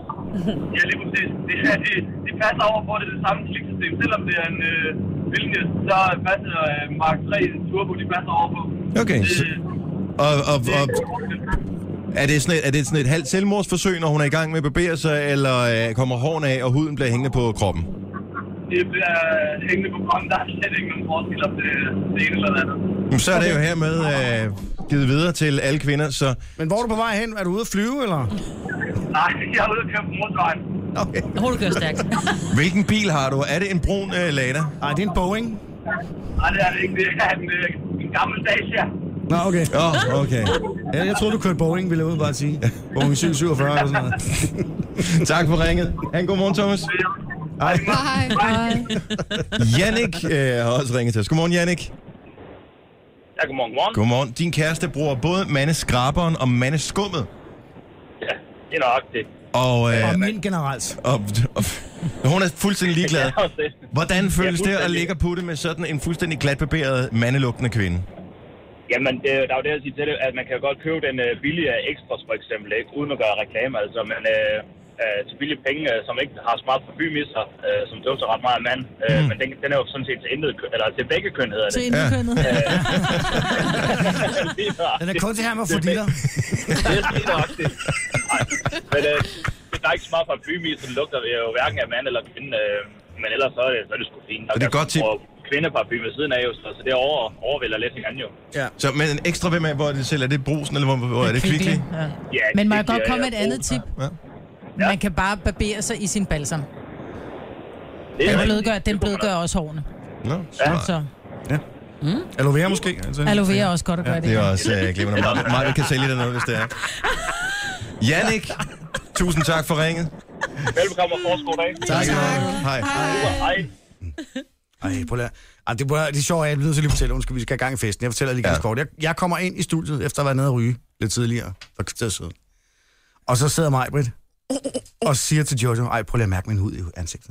Ja, lige præcis. Det, er, det, det passer over på det, det samme kliksystem. Selvom det er en øh, Vilnius, så passer øh, Mark 3 Turbo, de passer over på. Okay, Det, så, og, og, det, og, er, det sådan et, er det sådan et halvt selvmordsforsøg, når hun er i gang med at barbere sig, eller øh, kommer hårene af, og huden bliver hængende på kroppen? det bliver øh, hængende på kongen. Der er slet ikke nogen forskel om det, det ene eller det andet. Jamen, Så er det jo hermed øh, givet videre til alle kvinder, så... Men hvor er du på vej hen? Er du ude at flyve, eller? Nej, jeg er ude at køre på motorvejen. Okay. Hvor du kører stærkt. Hvilken bil har du? Er det en brun uh, Lada? Nej, det er en Boeing. Nej, det er det ikke. Det er en, øh, en gammel Dacia. Nå, okay. Åh, oh, okay. Ja, jeg troede, du kørte Boeing, ville jeg udebart sige. Boeing 747 eller sådan noget. tak for ringet. Ha' en god morgen, Thomas. Hej. Hej, hej. Jannik øh, har også ringet til os. Godmorgen, Jannik. Ja, godmorgen, godmorgen. Godmorgen. Din kæreste bruger både mandeskraberen og mandeskummet. Ja, det er nok det. Og, øh, Og mænd generelt. og, og, og hun er fuldstændig ligeglad. Ja, også det. Hvordan føles det at fuldstændig. ligge og putte med sådan en fuldstændig glatbarberet, mandelugtende kvinde? Jamen, det, der er jo det, jeg siger til det, at man kan jo godt købe den øh, billige Extras for eksempel, ikke? uden at gøre reklame, altså, men øh, øh, til billige penge, øh, som ikke har så meget parfume i sig, øh, som dufter ret meget af mand, øh, mm. men den, den er jo sådan set til, intet, køn- eller til begge køn, hedder det. Øh, Til indkønnet. Ja. Den er kun til her med forditter. Det er lige nok det. Nej, men øh, der er ikke så meget parfume i, så det lugter jo hverken af mand eller kvinde. Øh, men ellers så er det, så er det sgu fint. Så det er et godt tip. Og kvindeparfume ved siden af, jo, så, så det over, overvælder lidt hinanden jo. Så, men en ekstra hvem er, hvor er det selv? Er det brusen, eller hvor, hvor er det kvickly? Ja. Ja, Men må jeg det godt bliver komme med jeg et andet god. tip? Ja. Man kan bare barbere sig i sin balsam. Det Den rigtigt. blødgør, Det den kunne blødgør også hårene. Nå, Ja. smart. Så Aloe vera måske? Altså. aloe vera er også godt at gøre Det det. er også øh, glimrende. Meget, meget, vi kan sælge dig noget, hvis det er. Jannik, tusind tak for ringet. man- Velbekomme og forskål dag. Tak. Hej. Hej. Ej, prøv lige. at- Ej, det, prøv, at- det sjove er, at jeg lige fortælle, undskyld, vi skal i gang i festen. Jeg fortæller lige Ja. ganske kort. Jeg, jeg kommer ind i studiet, efter at være nede og ryge lidt tidligere, for et kvarter siden. Og så sidder mig, Britt, og siger til Jojo, ej, prøv lige at mærke min hud i ansigtet.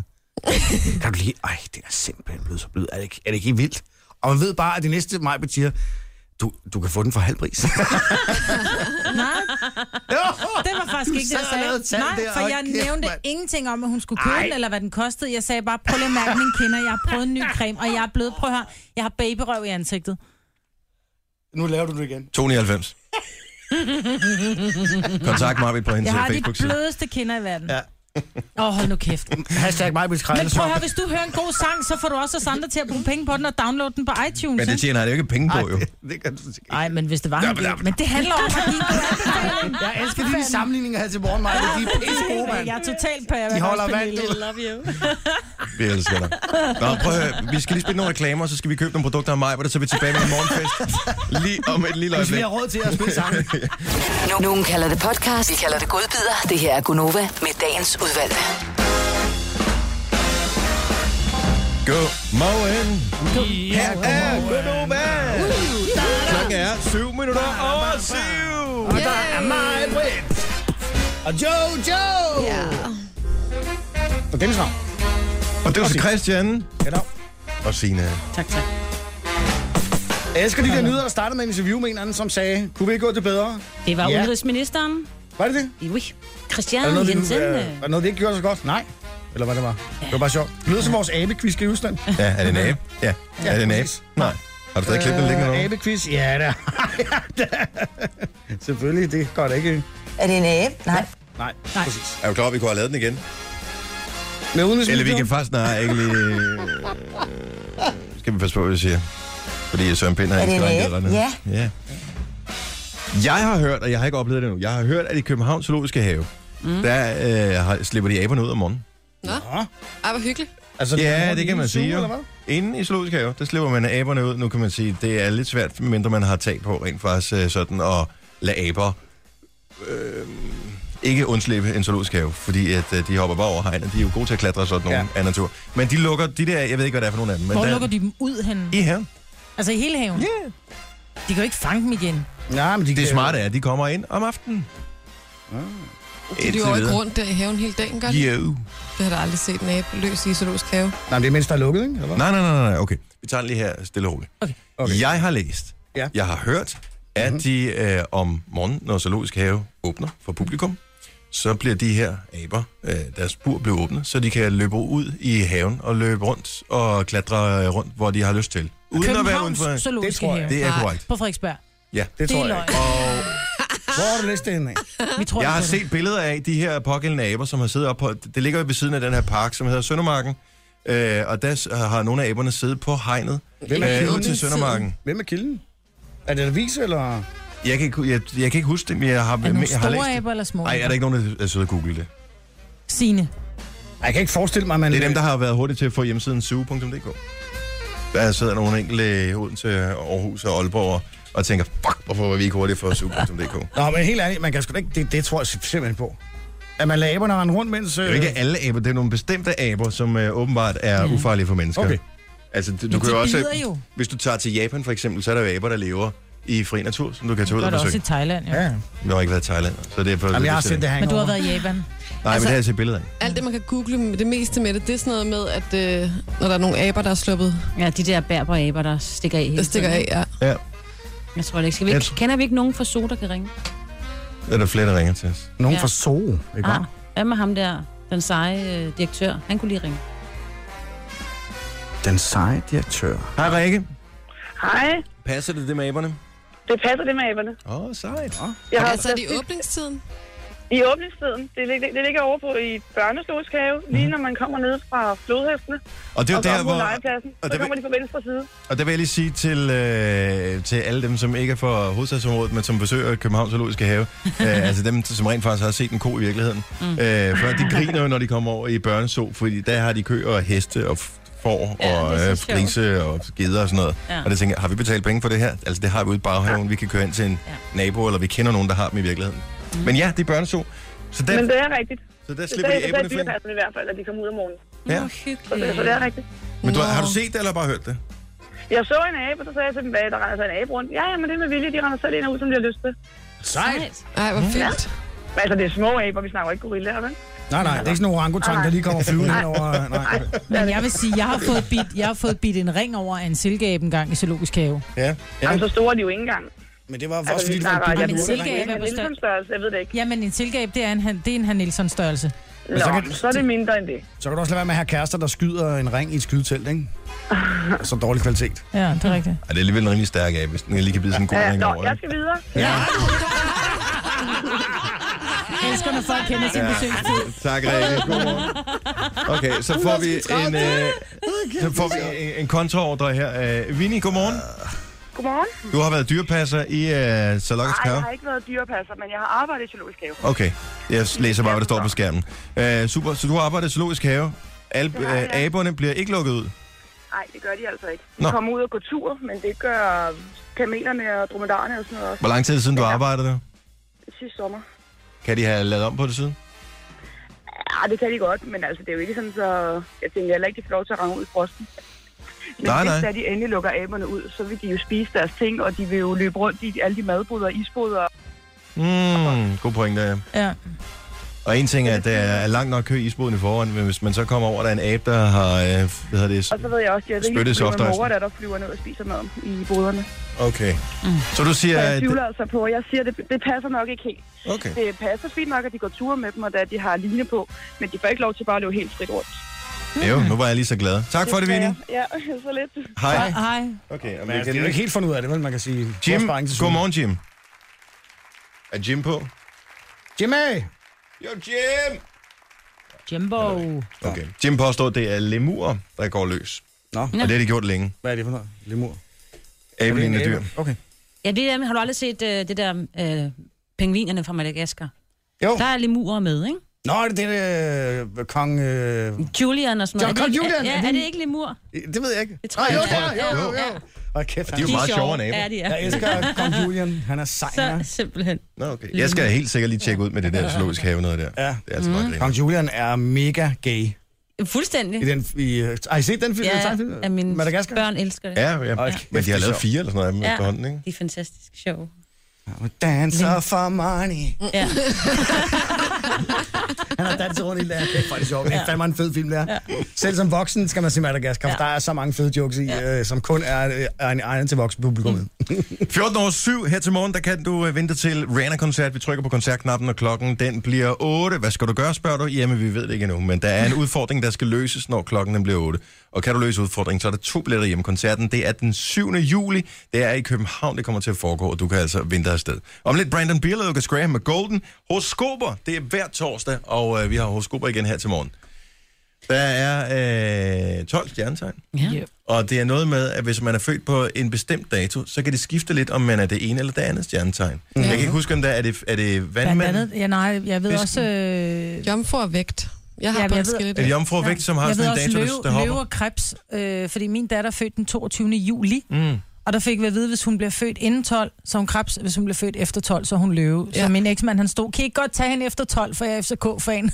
Kan du lige, ej, det er simpelthen blevet så blød. Er det ikke, er det ikke helt vildt? Og man ved bare, at det næste mig, Britt, siger, du, du kan få den for halv pris. Nej, det var faktisk Du ikke det, sad jeg og lavede sagde. tal Nej, der. for Hold jeg kæft, nævnte mand. ingenting om, at hun skulle købe den, eller hvad den kostede. Jeg sagde bare, prøv lige at mærke mine kinder. Jeg har prøvet en ny creme, og jeg er blevet, prøv at høre, jeg har babyrøv i ansigtet. nu laver du det igen. 299. Kontakt Marvitt på hendes Jeg øh, har de Facebook-side. blødeste kinder i verden. Ja. Åh, oh, hold nu kæft. Hashtag mig, Britt, Men prøv at krejlesvamp. høre, hvis du hører en god sang, så får du også os andre til at bruge penge på den og downloade den på iTunes. Men det ikke? tjener han jo ikke penge på, jo. Det kan du sikkert ikke. Nej, men hvis det var han blev. Ah, Men det handler om at give en god anbefaling. Jeg elsker dine sammenligninger her til morgen, Maja. De er pisse gode, mand. Ah, Jeg er totalt på, De holder vand, du. Love you. Vi elsker dig. Nå, prøv at høre. Vi skal lige spille nogle reklamer, så skal vi købe nogle produkter af mig, hvor så er vi tilbage med en morgenfest. Lige om et lille Hvis vi øjeblik. har råd til at spille sammen. No- Nogen kalder det podcast, vi kalder det godbider. Det her er Gunova med dagens udvalgte. God morgen. Her er Godnova. Klokken er 7 minutter over 7. Og der er mig, Britt. Og Jojo. Ja. Og Dennis Ravn. Og det var så Christian. Ja, dog. Og Signe. Tak, tak. Jeg elsker de der nyheder, der startede med en interview med en anden, som sagde, kunne vi ikke gå det bedre? Det var Ja. udenrigsministeren. Var det det? Ui. Christian Er der noget, vi, Jensen. øh, er der noget, vi ikke gjorde så godt? Nej. Eller hvad det var? Det var bare sjovt. Det lyder som vores abequiz i Rusland. Ja, er det en abe? Ja. Er det en abe? præcis. Nej. Har du stadig klippet den liggende Øh, noget? abequiz? Ja, det er. Ja, det er. Selvfølgelig, det går da ikke. Er det en æb? Nej. Nej, Nej. præcis. Er du klar, at vi kunne have lavet den igen? Med Eller vi udenrigsministeren. kan faktisk... Nej, ikke lige... øh, Skal vi passe på, hvad vi siger? Fordi Søren Pind har Er det ikke en skrevet abe? en Ja. ja. Jeg har hørt, og jeg har ikke oplevet det endnu, jeg har hørt, at i Københavns Zoologiske Have, mm. der øh, har- slipper de aberne ud om morgenen. Nå, ej, hvor hyggeligt. Altså, Ja, hvor det de kan man er sure, sige. eller Jo. hvad? Inden i zoologisk have, der slipper man aberne ud. Nu kan man sige, det er lidt svært, mindre man har tag på rent faktisk øh, sådan at lade aber øh, ikke undslippe en zoologisk have, fordi at, øh, de hopper bare over hegnet. De er jo gode til at klatre og sådan nogle ja. af natur. Men de lukker de der, jeg ved ikke, hvad det er for nogle af dem. Men Hvor der, lukker de dem ud henne? I haven. Altså i hele haven? Ja. De kan jo ikke fange dem igen. Nej, men de Det kan- smarte er, at de kommer ind om aftenen. De Indtil løber jo ikke videre. øh, rundt der i haven hele dagen, gør de? Jo. Det har der aldrig set en abe løs i zoologisk have. Nej, men det er mens der er lukket, ikke? Eller? hvad? Nej, nej, nej, nej, nej, okay. Vi tager den lige her stille og roligt. Okay. Okay. Jeg har læst, Ja. Mhm. jeg har hørt, at mm-hmm. de øh, om morgenen, når zoologisk have åbner for publikum, så bliver de her aber, øh, deres bur bliver åbnet, så de kan løbe ud i haven og løbe rundt og klatre øh, rundt, hvor de har lyst til. Uden at være uden Københavns for... Det Zoologiske tror jeg. Have. Det er Nej. korrekt. På Frederiksberg. Ja. Det Det tror er jeg løgn. ikke. Hvor har du læst det henne af? Vi tror Jeg ikke har på det. set billeder af de her pågældende aber, som har siddet op på... Det ligger jo ved siden af den her park, som hedder Søndermarken. Øh, og der s- har nogle af aberne siddet på hegnet Hvem er øh, ud kilden? til Søndermarken. Hvem er kilden? Er det avis, eller? Jeg kan, ikke, jeg, jeg kan ikke huske det, men jeg har... Er nogle jeg har store aber eller små Nej, er der aber? ikke nogen, der sidder og googler det? Sine. Jeg kan ikke forestille mig, at man... øh, Det er dem, der har været hurtige til at få hjemmesiden suge.dk. Der sidder nogle enkelte ud til Aarhus og Aalborg og- og tænker, fuck, hvorfor var vi ikke hurtige for suge.dk? Det Nå, men helt ærligt, man kan sgu da ikke... Det, det tror jeg simpelthen på. At man lader aberne rende rundt, mens... øh, er jo ikke alle aber, det er nogle bestemte aber, som øh, åbenbart er Mhm. ufarlige for mennesker. Okay. Altså, du, du de kan jo også, bider jo. hvis du tager til Japan for eksempel, så er der jo aber, der lever i fri natur, som du kan tage ud Gør og det også i besøge. Thailand, jo. Ja. Jeg har ikke været i Thailand, så det er for... Jamen, jeg har set det her. her Men du har været i Nej, Japan. men Altså- det har jeg set billeder af. Alt det, man kan google med det meste med det, det er sådan noget med, at øh, når der er nogle aber, der er sluppet. Ja, de der bærbar aber, der stikker af hele Der stikker af, tiden. ja. Ja, Jeg tror det ikke. Skal vi Jeg ikke kender vi ikke nogen fra Zoo, der kan ringe? der er der flere, der ringer til os. Nogen Ja. fra Zoo, ikke Ah, hvad med ham der, den seje øh, direktør? Han kunne lige ringe. Den seje direktør. Hej, Rikke. Hej, Passer det det med aberne? det passer det med aberne. Åh, oh, sejt. Jeg Altså, er det i det åbningstiden? i åbningstiden. Det, lig- det ligger over på i børneslogisk have, lige når man kommer ned fra flodhestene. Mhm. Og det er jo og så der, op mod hvor- legepladsen. og Så det- kommer de fra venstre side. Og der vil jeg lige sige til, øh, til alle dem, som ikke er fra hovedstadsområdet, men som besøger Københavns Zoologiske Have, øh, altså dem, som rent faktisk har set en ko i virkeligheden, mm. øh, for de griner jo, når de kommer over i børneså, fordi der har de køer og heste og f- får Ja, og det er øh, så sjovt. grise og geder og sådan noget. Ja. Ja. Og det tænker jeg, har vi betalt penge for det her? Altså det har vi ude i baghaven, vi kan køre ind til en nabo, eller vi kender nogen, der har dem i virkeligheden. Mm. Men ja, det er børneså. Så der, Men det er rigtigt. Så der Det- slipper det, de det, det er aberne fri. dyrepasserne i hvert fald, at de kommer ud om morgenen. Ja. Så, det- så det er rigtigt. Men du, har du set det, eller bare hørt det? Jeg så en abe, og så sagde jeg til dem, hvad der render sig en abe rundt. Ja, ja, men det er med vilje, de render selv ind og ud, som de har lyst til. Sejt. Ej, Mhm. hvor fedt. Men altså, det er små aber, vi snakker ikke gorillaer, vel? Nej, nej, det er ikke sådan en orangutang, der lige kommer flyvende ind over... Nej. Men jeg vil sige, jeg har fået bit, jeg har fået bit en ring over af en silkeabe engang i zoologisk have. Ja. Jamen, så store er de jo ikke engang. Men det var Altså, også, vi fordi det var en snakker- bit- Jamen, jeg en ved det ikke. silkeabe er En på Nielsen størrelse, jeg ved det ikke. Jamen, en silkeabe, det er en, han- det er en Han Nielsen størrelse. Nå, Altså, så, kan... så er det mindre end det. Så kan du også lade være med at have kærester, der skyder en ring i et skydetelt, ikke? Så dårlig kvalitet. Ja, det er rigtigt. Ej, det er alligevel en rimelig stærk abe, hvis den lige kan bide sådan en god Ja, ring nå, over. jeg ikke? Skal vi videre? Ja. Jeg elsker, når folk kender sin Ja. besøgstid. Tak, Rikke. Godmorgen. Okay, så får vi en, øh, så får vi en- en kontraordre her. Øh, Vinnie, godmorgen. Godmorgen. Du har været dyrepasser i øh, Zoologisk Nej, jeg Have. har ikke været dyrepasser, men jeg har arbejdet i zoologisk have. Okay, jeg læser bare, hvad der står på skærmen. Øh, super, så du har arbejdet i Zoologisk Have. Alle Det har jeg. øh, aberne bliver ikke lukket ud. Nej, det gør de altså ikke. De Nå. kommer ud og går tur, men det gør kamelerne og dromedarerne og sådan noget også. Hvor lang tid siden du arbejdede der? Sidste sommer. Kan de have lavet om på det siden? Ja, det kan de godt, men altså, det er jo ikke sådan, så... Jeg tænker heller ikke, de får lov til at range ud i frosten. Men Nej, hvis nej. da de endelig lukker aberne ud, så vil de jo spise deres ting, og de vil jo løbe rundt i alle de madboder og isboder. Mm, god point der. Ja. Og en ting er, at der er langt nok kø i isboden i forhånd, men hvis man så kommer over, der er en abe, der har, øh, hvad hedder det, Og så ved jeg også, at de har Spytte rigtig problemer med softice. mor, der, der flyver ned og spiser mad i boderne. Okay. Så du Så siger, jeg at... tvivler altså på, jeg siger, det, det passer nok ikke helt. Okay. Det passer fint nok, at de går ture med dem, og da de har line på, men de får ikke lov til bare at løbe helt frit rundt. Jo, Mm. nu var jeg lige så glad. Tak for det, Vinnie. Ja, så lidt. Hej. Hej, Hej. Okay, Men altså, det er jo ikke helt fundet ud af det, vel? Man kan sige... Jim, Opsparing til solen. godmorgen, Jim. Er Jim på? Jimmy! Jo, Jim! Jimbo. Okay. Jim påstår, at det er lemurer, der går løs. Nå. Og det har de gjort længe. Hvad er det for noget? Lemur? Abelignende dyr. Okay. Ja, det der, har du aldrig set øh, det der øh, pingvinerne fra Madagaskar? Jo. Der er lemurer med, ikke? Nå, er det den øh, kong... Øh... Julian og sådan Ja, noget. Er kong det ikke- Julian! Ja, er det ikke lemur? Det ved jeg ikke. Det tror Ah, jeg. jo, Jeg tror- ja, jo, jo, jo, jo. Og kæft, Og de er jo meget sjovere end aber. Ja, de er. Jeg elsker kong Julian. Han er sej. Så simpelthen. Nå, okay. Jeg skal helt sikkert lige tjekke ud med det der zoologiske have noget der. Det Ja. er altså meget Mm. grinerende. Kong Julian er mega gay. Fuldstændig. I den, i, øh, har I set den film? Ja, tegnefilm? ja, mine Madagaskar? børn elsker det. Ja, ja. Hold Men kæft, de har det er lavet sjovt. fire eller sådan noget af dem efterhånden, ikke? de er fantastisk sjove. Dancer for money. Ja. Han har danset rundt i landet. Det er faktisk sjovt. Det er fandme en fed film, der. Ja. Selv som voksen skal man se Madagaskar. Ja. Der er så mange fede jokes i, øh, som kun er, øh, er en egen til voksen publikum. Mm. 14 over 7 her til morgen, der kan du øh, vente til Rihanna-koncert. Vi trykker på koncertknappen, og klokken den bliver 8. Hvad skal du gøre, spørger du? Jamen, vi ved det ikke endnu, men der er en udfordring, der skal løses, når klokken den bliver 8. Og kan du løse udfordringen, så er der to billetter hjemme. Koncerten, det er den 7. juli. Det er i København, det kommer til at foregå, og du kan altså vente afsted. Om lidt Brandon Beal og Lucas Graham med Golden. Horoskoper, det er hver torsdag, og øh, vi har horoskoper igen her til morgen. Der er øh, 12 stjernetegn. Ja. Og det er noget med, at hvis man er født på en bestemt dato, så kan det skifte lidt, om man er det ene eller det andet stjernetegn. Mm. Jeg kan ikke huske, om der er det, er det Blandt vandmand, andet, ja, nej, jeg ved Fisken. også... Øh... Jomfru og vægt. Jeg har Ja, på jeg en ved- skille Er det jomfru og Ja. vægt, som har jeg sådan ved en også dato, der- løve, der hopper? løve og krebs, øh, fordi min datter er født den 22. juli. Mm. Og der fik vi at vide, hvis hun bliver født inden 12, så er hun krebs. Hvis hun bliver født efter 12, så er hun løve. Ja. Ja. Så min eksmand, han stod, kan I ikke godt tage hende efter 12, for jeg er FCK-fan.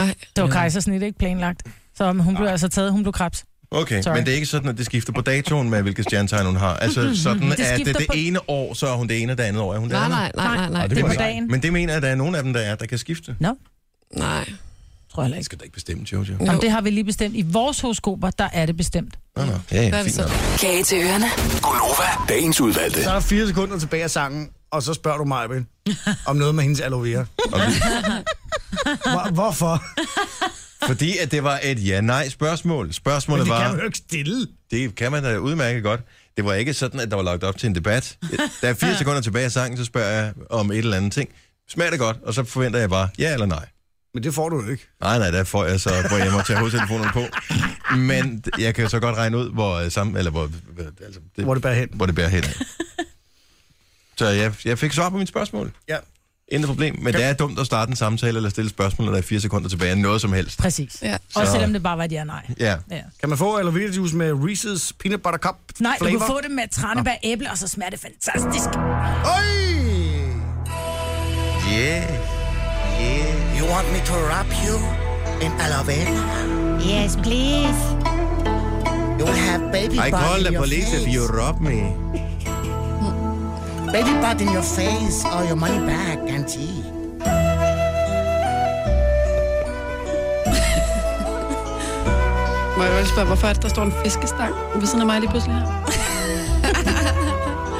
Ej. Det var kejsersnit ikke planlagt. Så hun blev altså taget, hun blev krebs. Okay, Sorry. Sorry. men det er ikke sådan, at det skifter på datoen med, hvilket stjernetegn hun har. Altså sådan, Det det at det, skifter det på- ene år, så er hun det ene, og det andet år er hun det Nej, andet. nej, nej, nej, nej. Og Det var er på sejt. dagen. Men det mener jeg, at der er nogen af dem, der er, der kan skifte. Nå, Nej. tror jeg heller Det ikke. skal da ikke bestemme, Jojo. Jo. Jamen, det har vi lige bestemt. I vores horoskoper, der er det bestemt. Nå, nå. Ja, Hvad ja, er det fint så? nok. Kage til ørerne. Gunova, dagens udvalgte. Så er der fire sekunder tilbage af sangen, og så spørger du mig, Ben, om noget med hendes aloe vera. Og vi- Hvor, hvorfor? Fordi at det var et ja-nej-spørgsmål. Men Spørgsmålet det kan var... man jo ikke stille. Det kan man da udmærke godt. Det var ikke sådan, at der var lagt op til en debat. Der er fire sekunder tilbage af sangen, så spørger jeg om et eller andet ting. Smager det godt? Og så forventer jeg bare ja eller nej. Men det får du jo ikke. Nej, nej, der får jeg så, hvor jeg må tage hovedtelefonerne på. Men d- jeg kan jo så godt regne ud, hvor, øh, sammen, eller hvor, øh, altså, det, Hvor det bærer hen. hvor det bærer hen. af. Så jeg, jeg fik svar på mit spørgsmål. Ja. Intet problem, men det er dumt at starte en samtale eller stille spørgsmål, når der er fire sekunder tilbage af noget som helst. Præcis. Ja. Også Så- selvom det bare var et ja-nej. Ja. Ja. Kan man få aloe vera juice med Reese's peanut butter cup Nej, flavor? du kan få det med tranebær æble, og så smager det fantastisk. Øj! Yeah. Yeah. You want me to wrap you in aloe vera? Yes, please. You will have baby I butt call in the your police if face. you rob me. Baby butt in your face or your money back, guarantee. Må jeg også spørge, hvorfor er det, der står en fiskestang ved siden af mig lige pludselig her?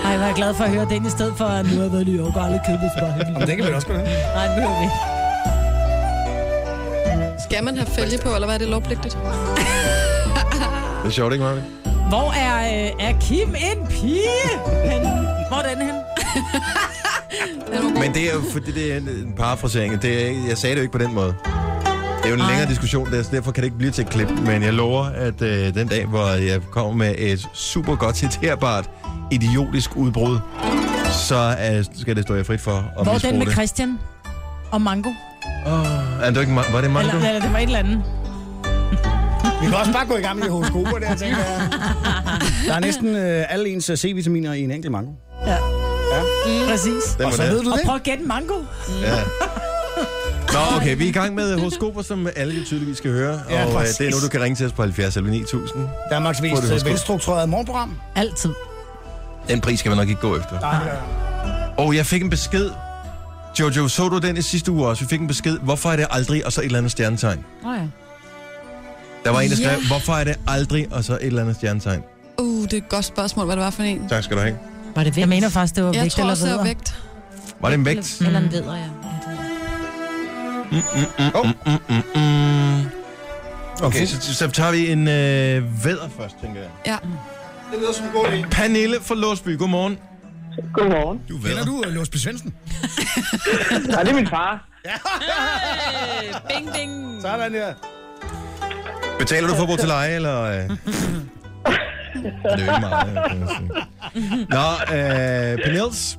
Ej, var jeg glad for at høre den i stedet for, at nu har jeg været i New York og aldrig købet spar. Jamen, det kan vi da også godt have. Nej, det behøver vi ikke. Skal man have fælge på, eller hvad er det lovpligtigt? Det er sjovt, ikke, Marvin? Hvor er, øh, er Kim en pige? Henne? Hvor er den hen? Men det er jo fordi, det er en, en parafrasering. Det er, jeg sagde det jo ikke på den måde. Det er jo en længere diskussion, der, så derfor kan det ikke blive til et klip. Men jeg lover, at øh, den dag, hvor jeg kommer med et super godt citerbart, idiotisk udbrud, så øh, skal det stå jer frit for at Hvor er misbruge den med det. Christian? Og Mango? Åh, er det ikke, ma- var det mango? Eller, eller det var et eller andet. Vi kan også bare gå i gang med de horoskoper der, tænker jeg. Der er næsten øh, alle ens øh, C-vitaminer i en enkelt mango. Ja. Præcis. Den var Og så der. ved du Og det. prøv at gætte Mango. Ja. Nå, okay, vi er i gang med horoskoper, som alle jo tydeligvis skal høre. og Ja, øh, det er præcis. nu, du kan ringe til os på 70 eller 9000. Danmarks Få det mest øh, horoskop. velstrukturerede morgenprogram. Altid. Den pris skal man nok ikke gå efter. Nej, det er- Og jeg fik en besked. Jojo, så du den i sidste uge også? Vi fik en besked. Hvorfor er det aldrig, og så et eller andet stjernetegn? Nå ja. Der var en, der skrev, Ja. hvorfor er det aldrig, og så et eller andet stjernetegn? Uh, det er et godt spørgsmål, hvad det var for en. Tak skal du have. Var det vægt? Jeg mener faktisk, det var Jeg vigtigt tror eller også, det videre. var vægt. Var det en vægt? Mm, Eller Mm. en vedder, ja. ja det Okay, så, så tager vi en øh, vædder først, tænker jeg. Ja. Det lyder som en god idé. Pernille fra Låsby, godmorgen. Godmorgen. Du Kender du øh, Låsby Svendsen? Nej, det er min far. er. Bing, bing. Sådan der. Betaler du forbrug til leje, eller? Øh? det er jo ikke meget. øh, kan man sige. Nå, øh, Pernils,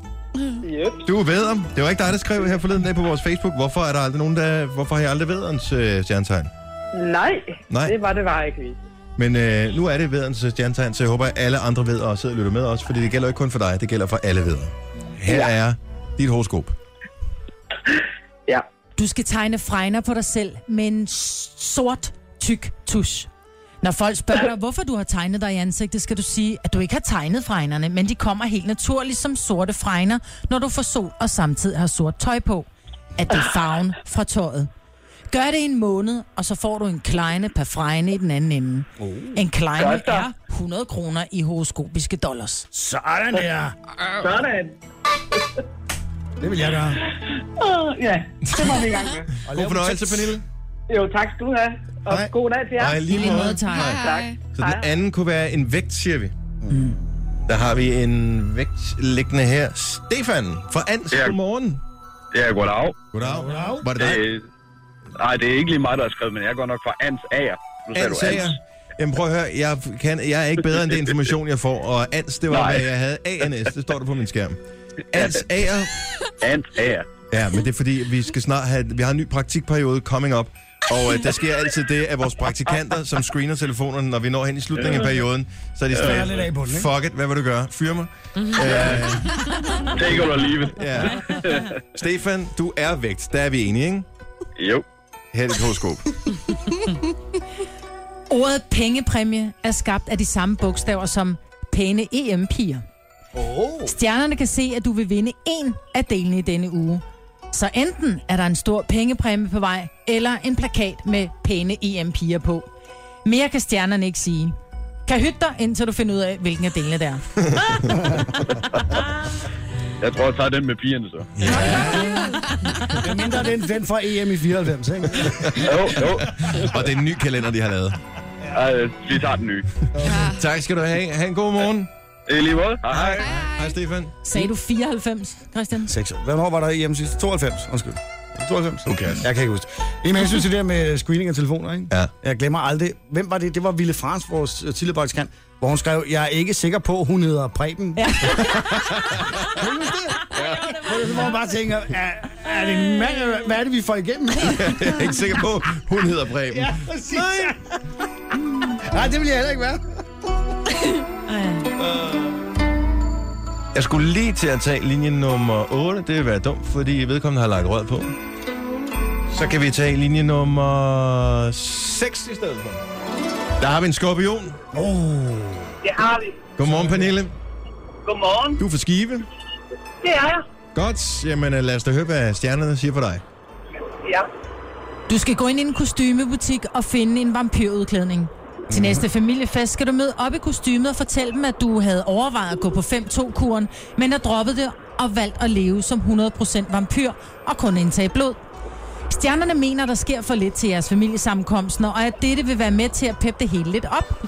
Yep. du er vædder. Det var ikke dig, der skrev her forleden dag på vores Facebook. Hvorfor er der aldrig nogen, der... Hvorfor har jeg aldrig vædderens øh, stjernetegn? Nej, Nej. det var det var ikke lige. Men øh, nu er det vederens stjernetegn, så jeg håber, at alle andre veder også sidder og lytter med os, fordi det gælder jo ikke kun for dig, det gælder for alle veder. Her ja. er dit horoskop. Ja. Du skal tegne fregner på dig selv med en s- sort, tyk tusch. Når folk spørger dig, hvorfor du har tegnet dig i ansigtet, skal du sige, at du ikke har tegnet fregnerne, men de kommer helt naturligt som sorte fregner, når du får sol og samtidig har sort tøj på. At det er farven fra tøjet. Gør det i en måned, og så får du en kleine per fregne i den anden ende. Oh. En kleine Godt så. er 100 kroner i horoskopiske dollars. Sådan der. Sådan. Det vil jeg gøre. Åh, Ja, det var vi i gang med. Og God fornøjelse, Pernille. Jo, tak skal du have. Og Hej. god dag til jer. Ej, lige I lige måde, måde. tak. Tak. Så den anden kunne være en vægt, siger vi. Der har vi en vægt liggende her. Stefan fra Ans, Ja. godmorgen. Ja, goddag. Goddag. Var det dig? Øh, Nej, det er ikke lige mig, der har skrevet, men jeg går nok fra Ans Ager. Nu sagde du Ans. Ansager. Jamen prøv at høre, jeg, kan, jeg er ikke bedre end den information, jeg får, og ans, det var, Nej. hvad jeg havde. ANS, det står der på min skærm. Ans Ager. Ans Ager. Ja, men det er fordi, vi skal snart have, vi har en ny praktikperiode coming up, og øh, der sker altid det, at vores praktikanter, som screener telefonerne, når vi når hen i slutningen af perioden, så er de Ja. sådan, Lidt af på den, ikke? Mhm. fuck it, hvad vil du gøre? Fyr mig? Øh, Take it or leave it. Ja. Stefan, du er vægt. Der er vi enige, ikke? Jo. Her er dit horoskop. Ordet pengepræmie er skabt af de samme bogstaver som pæne EM-piger. Oh. Stjernerne kan se, at du vil vinde en af delene i denne uge. Så enten er der en stor pengepræmie på vej, eller en plakat med pæne EM-piger på. Mere kan stjernerne ikke sige. Kan hytte dig, indtil du finder ud af, hvilken af delene det er. Jeg tror, jeg tager den med pigerne så. Det er mindre den, den fra EM i 94, ikke? Jo, jo. Og det er en ny kalender, de har lavet. Ej, vi tager den nye. Tak skal du have. Ha' en god morgen. I lige måde. Hej. Hej. Hej, Stefan. Sagde du 94, Christian? 6 år. Hvornår var der EM sidst? 92, undskyld. 92? Okay. Jeg kan ikke huske det. Lige med hensyn til det her med screening af telefoner, ikke? Ja. Jeg glemmer aldrig. Hvem var det? Det var Ville Frans, vores øh, tidligere praktikant, hvor hun skrev, jeg er ikke sikker på, hun hedder Preben. Ja. Så må man bare tænke, er, er det en mand, eller hvad er det, vi får igennem? Jeg er ikke sikker på, hun hedder Preben. ja, præcis. Nej. Nej, det vil jeg heller ikke være. Jeg skulle lige til at tage linje nummer 8. Det vil være dumt, fordi vedkommende har lagt rød på. Så kan vi tage linje nummer 6 i stedet for. Der har vi en skorpion. Oh. Det har vi. Godmorgen, Pernille. Godmorgen. Du er fra Skive. Det er jeg. Godt. Jamen, øh, lad os da høre, hvad stjernerne siger for dig. Ja. Du skal gå ind i en kostymebutik og finde en vampyrudklædning. Til næste familiefest skal du møde op i kostymet og fortælle dem, at du havde overvejet at gå på 5-2-kuren, men har droppet det og valgt at leve som 100% vampyr og kun indtage blod. Stjernerne mener, der sker for lidt til jeres familiesammenkomst, og at dette vil være med til at peppe det hele lidt op.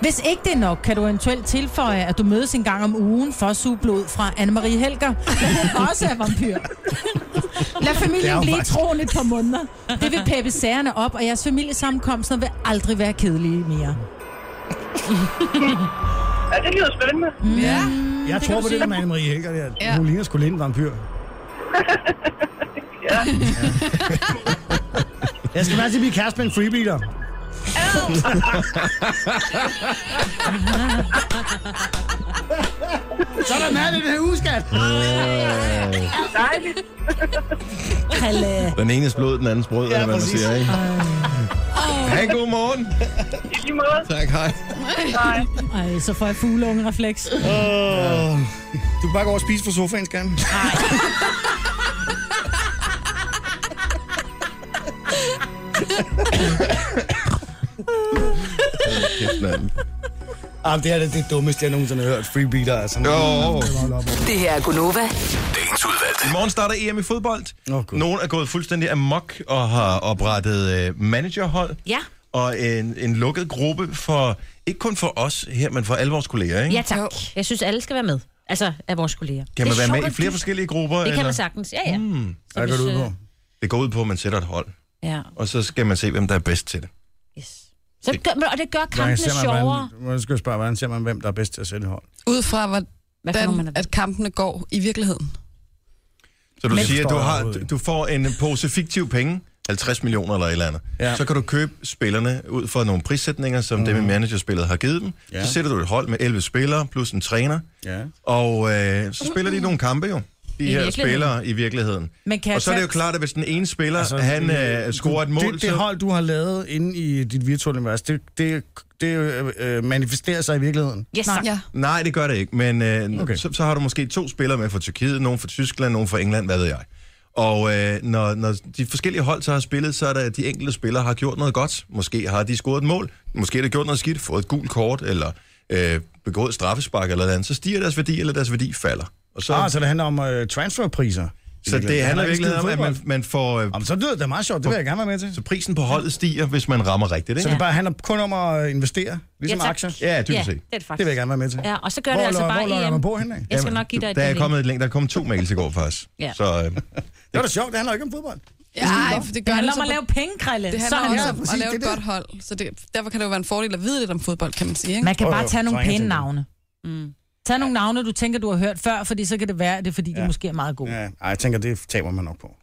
Hvis ikke det er nok, kan du eventuelt tilføje, at du mødes en gang om ugen for at suge blod fra Anne-Marie Helger, der hun også er vampyr. Lad Det er familien hun blive faktisk. troende et par måneder. Det vil peppe sagerne op, og jeres familiesammenkomster vil aldrig være kedelige mere. ja, det lyder spændende. Mm. Ja. Jeg det tror kan på du det der sige. med Anne-Marie Helger der. Ja. Ja. Hun ligner sgu lidt en vampyr. Ja. Jeg skal bare til at blive kæreste med en freebeater. Så er der mad i den her uge, skat. Dejligt. Den enes blod, den andens brød, ja, eller hvad man siger, ikke? Hej, god morgen. I lige måde. Tak, hej. Ej, så får jeg fugleungerefleks. Oh. Du kan bare gå over og spise fra sofaen, skat. Kæft, mand. Ah, det er det, det dummeste, jeg nogensinde har hørt. Freebeater, altså. Jo. Det her er Gunova. Dagens udvalgte. I morgen starter EM i fodbold. Oh, Nogen er gået fuldstændig amok og har oprettet øh, managerhold. Ja. Og en, en lukket gruppe for, ikke kun for os her, men for alle vores kolleger, ikke? Ja tak. Jeg synes, alle skal være med. Altså, af vores kolleger. Kan man Det er være sjovt, med i at flere de- forskellige grupper? Det eller? kan man sagtens, ja ja. Mm. Så Hvad går hvis, det ud på? øh, Det går ud på, at man sætter et hold, ja. og så skal man se, hvem der er bedst til det. Så det gør, og det gør kampene sjovere. Nu skal jeg spørge, hvordan ser man, hvem der er bedst til at sætte hold? Ud fra, nogen hvordan at kampene går i virkeligheden. Så du Men- siger, at du, Forstår jeg har, overhovedet du får en pose fiktiv penge, 50 millioner eller et eller andet. Ja. Så kan du købe spillerne ud fra nogle prissætninger, som mm. dem i managerspillet har givet dem. Ja. Ja. Så sætter du et hold med 11 spillere plus en træner, Ja. og øh, så spiller de nogle kampe jo. De I her virkeligheden. spillere i virkeligheden. Men kan jeg og så er det jo tage- klart, at hvis den ene spiller, altså, han øh, scorer et mål, Det, det så... hold, du har lavet inde i dit virtuelle univers, det, det, det øh, øh, manifesterer sig i virkeligheden. Yes, Nej. Ja. Nej, det gør det ikke, men øh, okay. så, så har du måske to spillere med fra Tyrkiet, nogen fra Tyskland, nogen fra England, hvad ved jeg. Og øh, når, når de forskellige hold så har spillet, så er det, at de enkelte spillere har gjort noget godt. Måske har de scoret et mål, måske har de gjort noget skidt, fået et gult kort, eller øh, begået et straffespark eller noget andet. Så stiger deres værdi, eller deres værdi falder. Og så, Så, ah, så det handler om øh, transferpriser. så det handler i virkeligheden om, at man, man får... Øh, Jamen, så lyder det meget sjovt, det vil jeg gerne være med til. Så prisen på holdet stiger, hvis man rammer rigtigt, ikke? Så det bare handler kun om at investere, ligesom tak. aktier? Ja, dybest set. det er det faktisk. Det vil jeg gerne være med til. Ja, og så gør Hvor det altså lo- bare hvor logger EM. man på henne, ikke? Jeg skal nok give dig et der er link. kommet et link. Der er kommet to mails i går, faktisk. Ja. Så, øh, Det var da sjovt, det handler ikke om fodbold. Nej, for det gør det handler så om at på- lave penge, Krille. Det Så handler er han også så- om at præcis, lave det et er godt hold. Så det, derfor kan det jo være en fordel at vide lidt om fodbold, kan man sige. Ikke? Man kan bare tage nogle pæne navne. Mm. Tag nogle navne, du tænker, du har hørt før, fordi så kan det være, at det er, fordi de måske er meget gode. Ja, ej, jeg tænker, det taber man nok på.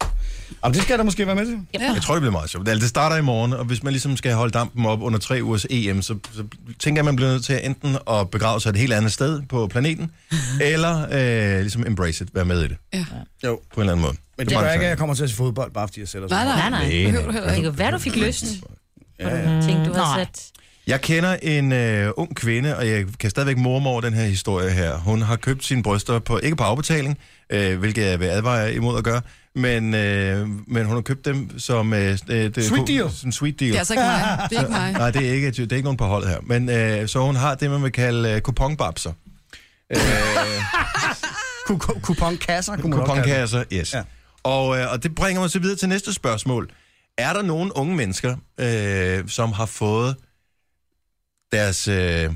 Og det skal der måske være med til. Ja. Jeg tror, det bliver meget sjovt. Altså, Det starter i morgen, og hvis man ligesom skal holde dampen op under tre ugers EM, så, så tænker jeg, at man bliver nødt til enten at begrave sig et helt andet sted på planeten, eller øh, ligesom embrace it, være med i det. Ja. Jo. På en eller anden måde. Men det er gør mange ikke, at jeg kommer til at se fodbold, bare fordi jeg sætter Nej, sådan nej, noget. nej. Nej, Behøver nej. du heller ikke. Det kan være, du fik lyst. Ja, Tænk, du har Nej. sat... Jeg kender en øh, ung kvinde, og jeg kan stadigvæk morme over den her historie her. Hun har købt sine bryster, på ikke på afbetaling, øh, hvilket jeg vil advare imod at gøre, men, øh, men hun har købt dem som... Øh, det, Sweet deal. Som sweet deal. Det er altså ikke mig. Det er ikke mig. Nej, det er ikke, det er ikke nogen på holdet her. Men øh, så hun har det, man vil kalde øh, kuponbabser. Øh, Ku- ku- Kuponkasser, kunne man også kalde det. Kuponkasser, yes. Ja. Og, øh, og det bringer mig så videre til næste spørgsmål. Er der nogen unge mennesker, øh, som har fået deres, øh,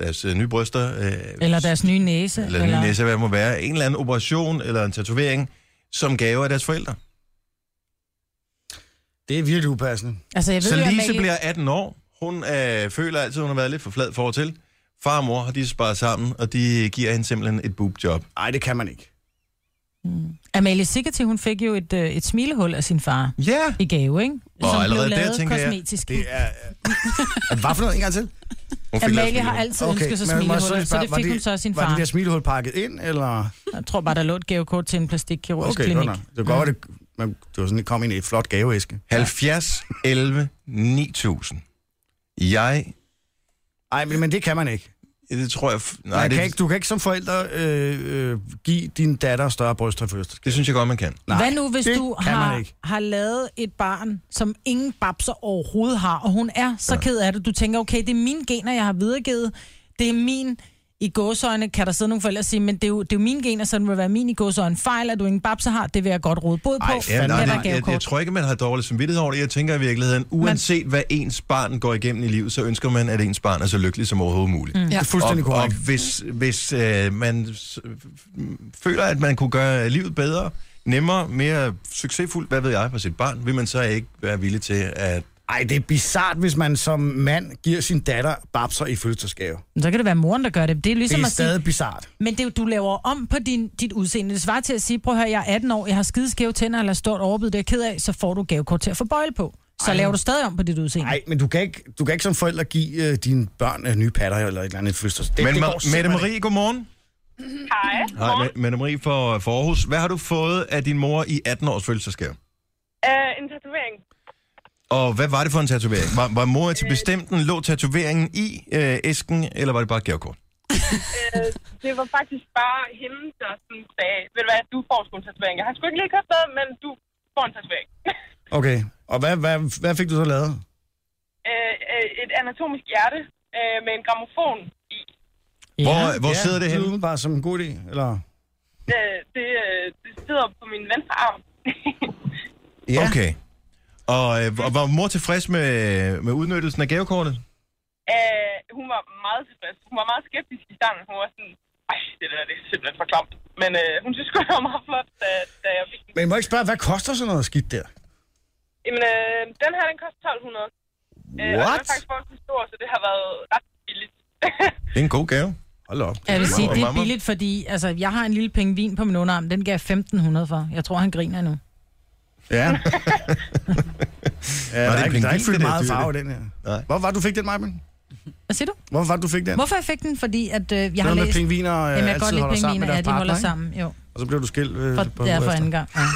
deres øh, nye bryster, øh, Eller deres nye næse. eller, eller nye næse, hvad det må være, en eller anden operation eller en tatovering, som gaver af deres forældre? Det er virkelig upassende. Altså, jeg ved Så jo, at Lise Amalie- bliver 18 år. Hun øh, føler altid, hun har været lidt for flad for til. Far og mor har de sparet sammen, og de giver hende simpelthen et boobjob. Nej, det kan man ikke. Amalie Sigeti, hun fik jo et, øh, et smilehul af sin far. Ja. I gave, ikke? Og Som allerede blev der lavet tænker jeg, kosmetisk. Det er... øh, Hvad for noget en gang til? Hun fik lavet Amalie har smilehul. altid Okay, ønsket sig men må jeg så smilehuller, så spørge, det var fik det- hun så af sin Var far. det der smilehul pakket ind, eller... Jeg tror bare, der lå et gavekort til en plastikkirurgisk Okay, nå, klinik. nå. Det var godt, at det, man, det var sådan, det kom ind i et flot gaveæske. 70, 11, 9000. Jeg... Ej, men, men det kan man ikke. Det tror jeg... f- Nej, Nej, man det, kan ikke. Du kan ikke som forælder øh, øh, give din datter større bryster i fødselsdagsgave. det synes jeg godt, man kan. Nej, Hvad nu, hvis det du kan man har, ikke. har lavet et barn, som ingen babser overhovedet har, og hun er så ked af det. Du tænker, okay, det er mine gener, jeg har videregivet. Det er min... I gåsøjne kan der sidde nogle forældre og sige, men det er jo, det er jo mine gener, så det må være min i gåsøjne fejl, at du ingen babser har. Det vil jeg godt råde både på. Ej, Ja, Fandme nej, er der nej, jeg, gavekort. jeg tror ikke, man har dårlig samvittighed over det. Jeg tænker i virkeligheden, uanset hvad ens barn går igennem i livet, så ønsker man, at ens barn er så lykkelig som overhovedet muligt. Mm. Det er fuldstændig og, korrekt. Og hvis, hvis øh, man s- føler, at man kunne gøre livet bedre, nemmere, mere succesfuldt, hvad ved jeg, på sit barn, vil man så ikke være villig til at... Ej, det er bizart, hvis man som mand giver sin datter babser i fødselsdagsgave. Men Så kan det være moren, der gør det. Det er Det ligesom er at sige, stadig bizart. Men det, er jo- du laver om på din, dit udseende. Det svarer til at sige, prøv at høre, jeg er 18 år, jeg har skideskæve tænder, eller stort overbid, det er jeg ked af, så får du gavekort til at få bøjle på. Så Ej. Ej. laver du stadig om på dit udseende. Nej, men du kan, ikke, du kan ikke som forælder give øh, dine børn øh, nye patter eller et eller andet i fødselsdagsgave. Men Det- det går Ma- Mette simpelthen Marie, godmorgen. Hej. Hej, Ma- Mette Marie for, for Aarhus. Hvad har du fået af din mor i 18-års fødselsdagsgave? Uh, en tatovering. Og hvad var det for en tatovering? Var, var mor Øh. til bestemt den? Lå tatoveringen i øh, æsken, eller var det bare et gavekort? Øh, det var faktisk bare hende, der sådan sagde, ved du hvad, du får sgu en tatovering. Jeg har sgu ikke lige købt noget, men du får en tatovering. ikke. Okay, og hvad, hvad, hvad fik du så lavet? øh, øh, et anatomisk hjerte øh, med en gramofon i. Ja. Hvor, hvor Ja, sidder det henne? lyder bare som en god idé, eller? Øh, det, øh, det sidder på min venstre arm. Ja. Okay. Og, øh, og var mor tilfreds med, med udnyttelsen af gavekortet? øh, hun var meget tilfreds. Hun var meget skeptisk i starten. Hun var sådan, ej, det der det er simpelthen for klamt. Men øh, hun synes sgu, det var meget flot, da, da jeg fik den. Men må jeg ikke spørge, hvad koster sådan noget skidt der? Jamen, øh, den her, den koster 1200. Øh, Og den What? er faktisk forholdsvis stor, så det har været ret billigt. Det er en god gave. Hold op. Jeg vil sige, Wow, det er mamma. billigt, fordi altså, jeg har en lille pingvin på min underarm. Den gav jeg 1.500 for. Jeg tror, han griner nu. Ja. ja der, en er ikke, der er pingvin, ikke fyldt det der meget dyr, farve i det. den her. Nej. Hvor var du fik den, Marvin? Hvad siger du? Hvor var du fik den? Hvorfor jeg fik den? Fordi at, øh, jeg har Noget med læst... pingviner øh, Jamen, jeg kan altid godt lide holder sammen med pingviner, deres ja, de partner, holder ikke? sammen. Jo, Og så blev du skilt øh, for, på det er for efter. anden gang. Ja.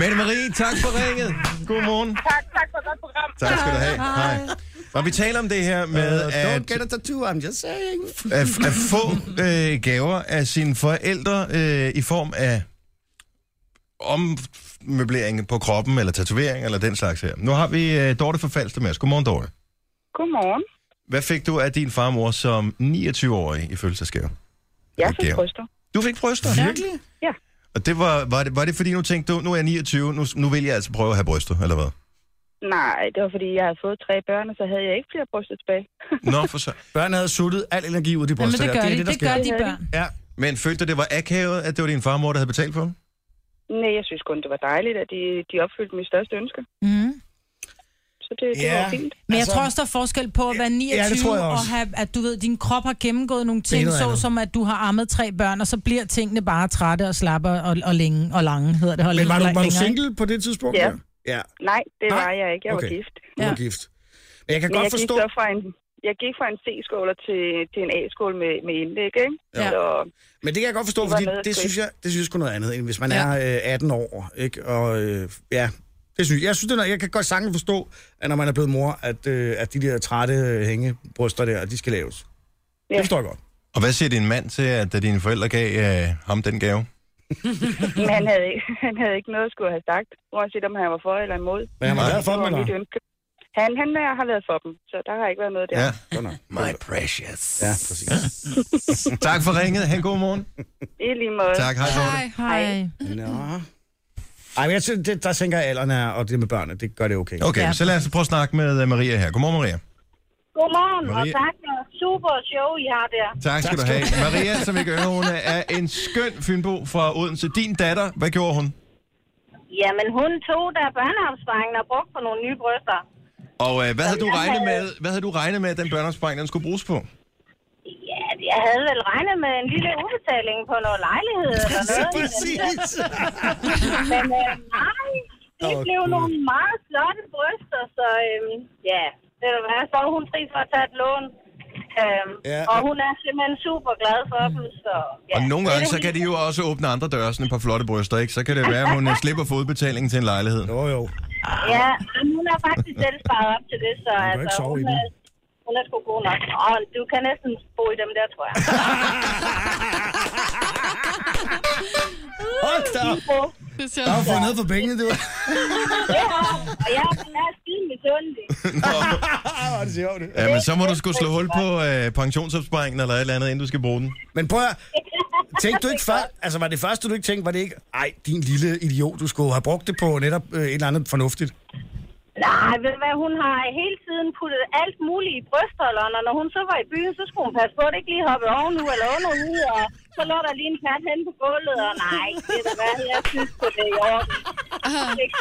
Mette Marie, tak for ringet. Godmorgen. Tak, tak for et godt program. Tak skal du have. Hej. Og vi taler om det her med Uh, at, don't get a tattoo, I'm just saying. at, at få øh, gaver af sine forældre øh, i form af ommøblering på kroppen, eller tatovering, eller den slags her. Nu har vi øh, Dorte fra Falster med os. Godmorgen, Dorte. Godmorgen. Hvad fik du af din farmor som 29-årig i fødselsdagsgave? Jeg Og fik gaver. bryster. Du fik bryster? Virkelig? Og det var, var, det, var det fordi, nu tænkte du, nu er jeg 29, nu, nu vil jeg altså prøve at have bryster, eller hvad? Nej, det var fordi, jeg havde fået tre børn, og så havde jeg ikke flere bryster tilbage. Nå, for så. Børnene havde suttet al energi ud af de Jamen, bryster. det der. gør er de. Det der gør sker. de børn. Ja. Men følte du, det var akavet, at det var din farmor, der havde betalt for dem? Nej, jeg synes kun, det var dejligt, at de, de opfyldte mine største ønsker. Mm. Så det, det Ja. var fint. Men altså- jeg tror også, der er forskel på at være 29 det tror jeg og også. have, at du ved, din krop har gennemgået nogle Det er ting, noget andet. såsom at du har ammet tre børn, og så bliver tingene bare trætte og slappe og, og længe og lange, hedder det. Og Men var du, var du længere, single på det tidspunkt? Ja. der? ja. Nej, det var jeg ikke. Jeg var gift. Du var gift. Men jeg kan Men godt jeg forstå... Gik så fra en, jeg gik fra en C-skåler til, til en A-skål med, med indlæg, ikke? Ja. Så, Men det kan jeg godt forstå, Det var fordi noget af et det skridt. synes jeg, det synes jeg sgu noget andet, end hvis man Ja. ja. er øh, 18 år, ikke? Og øh, ja, det synes jeg. Jeg, synes, det er, noget- jeg kan godt sagtens forstå, at når man er blevet mor, at, øh, at de der trætte øh, hængebryster der, de skal laves. Ja. Det forstår jeg godt. Og hvad siger din mand til, at øh, dine forældre gav øh, ham den gave? men han havde, ikke- han havde ikke noget at skulle have sagt, uanset om han var for eller imod. Men han har været for Det var dem, eller? mit ønske. Han, han øh, har været for dem, så der har ikke været noget der. Ja. My precious. Ja, præcis. tak for ringet. Ha' en god morgen. I lige måde. Tak, hej, Dorte. Hej, hej. Nå. Ej, men jeg, synes, det, der tænker jeg, alderen er, og det med børnene, det gør det okay. Okay, så lad os prøve at snakke med øh, Maria her. Godmorgen, Maria. Godmorgen, Maria. og tak for super show, I har der. Tak skal du have. Maria, som ikke øger, hun er en skøn fynbo fra Odense. Din datter, hvad gjorde hun? Jamen, hun tog der børneopsparingen og brugte for nogle nye bryster. Og øh, hvad havde du jeg regnet havde- med, hvad havde du regnet med, at den børneopsparing, den skulle bruges på? Ja, jeg havde vel regnet med en lille udbetaling på noget lejlighed eller noget. Præcis. Men øh, nej, det Åh, blev Gud. nogle meget flotte bryster, så øhm, ja, det var hvad, så var hun fri for at tage et lån. Øhm, Ja, og men- hun er simpelthen super glad for dem, så ja. Og nogle det er gange, det, så hun- kan de jo også åbne andre døre, sådan et par flotte bryster, ikke? Så kan det være, at hun øh, slipper fodbetalingen til en lejlighed. Jo, jo. Ja, men hun har faktisk selv sparet op til det, så kan altså, ikke sove hun, i er, hun er sgu god nok. Og du kan næsten bo i dem der, tror jeg. Hold da op. Der var fundet noget for pengene, det var. Ja, og jeg jeg er skide misundelig. Hvor er det sjovt. Ja, men så må du skulle slå hul på øh, pensionsopsparingen eller et eller andet, inden du skal bruge den. Men prøv at... Tænkte du ikke før, altså var det første, du ikke tænkte, var det ikke, ej, din lille idiot, du skulle have brugt det på netop øh, et eller andet fornuftigt? Nej, ved du hvad, hun har hele tiden puttet alt muligt i brystholderen, og når hun så var i byen, så skulle hun passe på, at det ikke lige hoppe ovenu eller under ude, og så lå der lige en kat henne på gulvet, og nej, det er da hvad, jeg synes på det er i orden.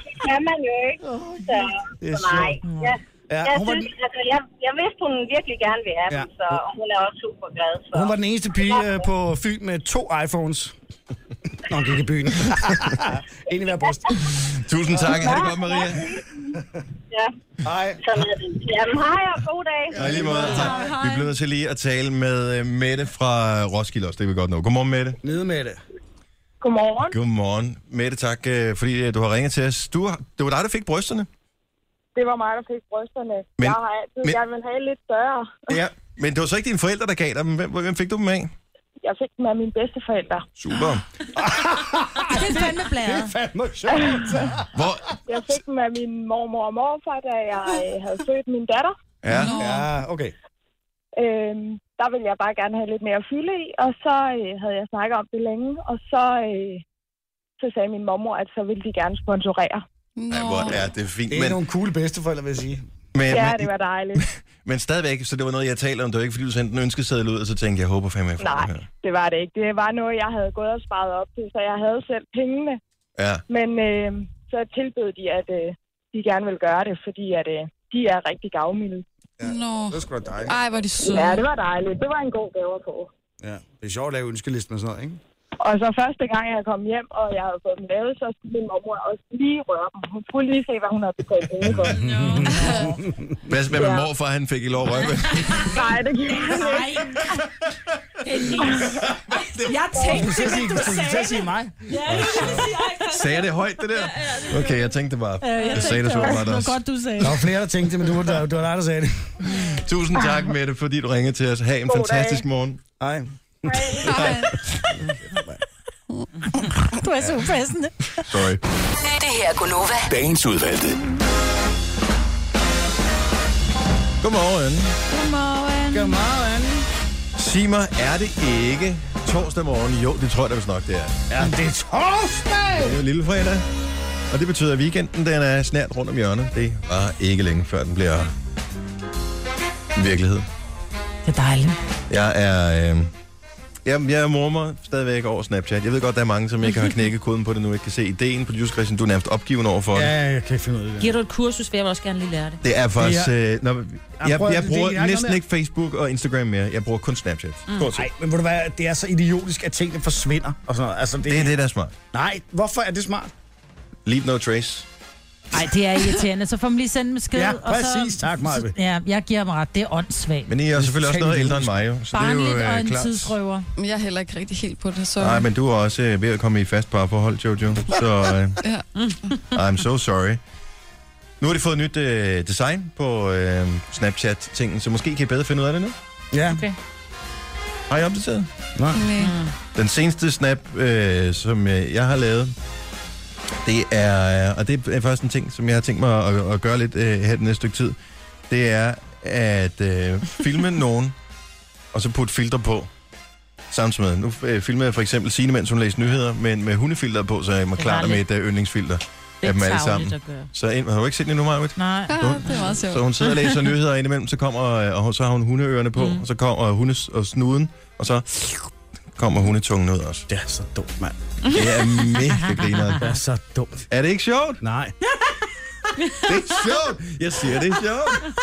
Det kan man jo ikke, så, Det så er nej. sjovt. Ja. Ja, jeg, hun var synes, altså, jeg, jeg vidste, hun virkelig gerne ville have Ja. ja. dem, så og hun er også super glad. Så. Hun var den eneste pige øh, på Fyn med to iPhones. Når hun gik i byen. en i hver bryst. Tusind tak. Ha' det godt, Maria. Ja. Hej. Sådan er det. Jamen, hej og god dag. Ja, i lige måde. Vi bliver nødt til lige at tale med øh, Mette fra Roskilde også. Det kan vi godt nå. Godmorgen, Mette. Nede, Mette. Godmorgen. Godmorgen. Mette, tak, øh, fordi øh, du har ringet til os. Du, har- det var dig, der fik brysterne. Det var mig, der fik brysterne. Men- Men, jeg har altid men- men, gerne vil have lidt større. Ja. Men det var så ikke dine forældre, der gav dig dem. Hvem, hvem fik du dem af? Jeg fik dem af mine bedsteforældre. Super. det er fandme blæret. Det er fandme Hvor? Jeg fik dem af min mormor og morfar, da jeg øh, havde født min datter. Ja. ja, okay. Øhm, der ville jeg bare gerne have lidt mere fylde i, og så øh, havde jeg snakket om det længe, og så, øh, så sagde min mormor, at så ville de gerne sponsorere. Ej, hvor er det fint. Det er Men, men... nogle cool bedsteforældre, vil jeg sige. men, ja, men, det var dejligt. men stadigvæk, så det var noget, jeg talte om. Det var ikke, fordi du sendte en ønskeseddel ud, og så tænkte jeg, jeg håber fandme, jeg får Nej, det her. det var det ikke. Det var noget, jeg havde gået og sparet op til, så jeg havde selv pengene. Ja. Men øh, så tilbød de, at øh, de gerne ville gøre det, fordi at, øh, de er rigtig gavmilde. Nå. Det var sgu da dejligt. Ej, hvor de søde. Ja, det var dejligt. Det var en god gave at få. Ja. Det er sjovt at lave ønskelisten og sådan noget, ikke? Og så første gang, jeg kom hjem, og jeg havde fået dem lavet, så skulle min mormor også lige røre dem. Hun skulle lige se, hvad hun havde betalt penge for. Hvad, hvad med Ja. morfar, han fik i lov at røre ved? Nej, det gik Nej. Jeg tænkte, du men du skulle sagde til at det. sige mig. Sagde jeg det højt, det der? Okay, jeg tænkte bare. Ja, jeg Jeg sagde tænkte det så også. meget Det var også. godt, du sagde. Der var flere, der tænkte, men du var, der, du var dig, der sagde det. Tusind tak, Mette, fordi du ringede til os. Ha' en Ah. God dag. fantastisk morgen. Hej. Du er så upassende. Sorry. Det her er Gunova. Dagens udvalgte. Godmorgen. Godmorgen. Godmorgen. Sig mig, er det ikke torsdag morgen? Jo, det tror jeg da vist nok, det er. Ja, det er torsdag! Det er jo lille fredag. Og det betyder, at weekenden den er snært rundt om hjørnet. Det var ikke længe, før den bliver virkelighed. Det er dejligt. Jeg er, øh, Jamen, jeg mormer stadigvæk over Snapchat. Jeg ved godt, der er mange, som ikke har knækket koden på det nu, ikke kan se ideen. Producer Christian, du er nærmest opgiven over for det. Ja, jeg kan ikke finde ud af det. Giver du et kursus, vil jeg også gerne lige lære det. Det er faktisk... Det Øh, når, jeg, prøv at- jeg det- bruger jeg er ikke næsten med. ikke Facebook og Instagram mere. Jeg bruger kun Snapchat. Stort set. Nej, Mm. men ved du hvad, det er så idiotisk, at tingene forsvinder og sådan noget. Altså, det, Det er det, der er smart. Nej, hvorfor er det smart? Leave no trace. Nej, det er irriterende. Så får man lige sendt en besked. Ja, og præcis. så, Tak, Maja. så- Ja, jeg giver mig ret. Det er åndssvagt. Men I er jo selvfølgelig også noget ældre end mig, jo. Så det er jo Barnligt og en øh, klart. tidsrøver. Men jeg er heller ikke rigtig helt på det, Mm. så... Nej, men du er også øh, ved at komme i fast parforhold, Jojo. Så øh, Ja. Mm. I'm so sorry. Nu har de fået nyt øh, design på øh, Snapchat-tingen, så måske kan I bedre finde ud af det nu. Ja. Okay. Har I opdateret? Nej. Mm. Nej. Den seneste snap, øh, som øh, jeg har lavet, det er, øh, og det er faktisk en ting, som jeg har tænkt mig at, at gøre lidt øh, her den næste stykke tid, det er at øh, filme nogen, og så putte filter på samtidig med. Nu øh, filmede jeg for eksempel Signe, mens hun læste nyheder, men med hundefilter på, så jeg må Det klare var det med lidt- et øh, yndlingsfilter af dem alle sammen. Så ind, har du ikke set det nu, Marvitt? Nej. Ja, det er meget sjovt. Så hun sidder og læser nyheder og indimellem, så kommer, øh, og så har hun hundeørerne på, mm. og så kommer hundes og snuden, og så kommer hundetungen ud også. Det er så dumt, mand. Det er mega grineren. Det er så dumt. Er det ikke sjovt? Nej. Det er sjovt! Jeg siger, det er sjovt.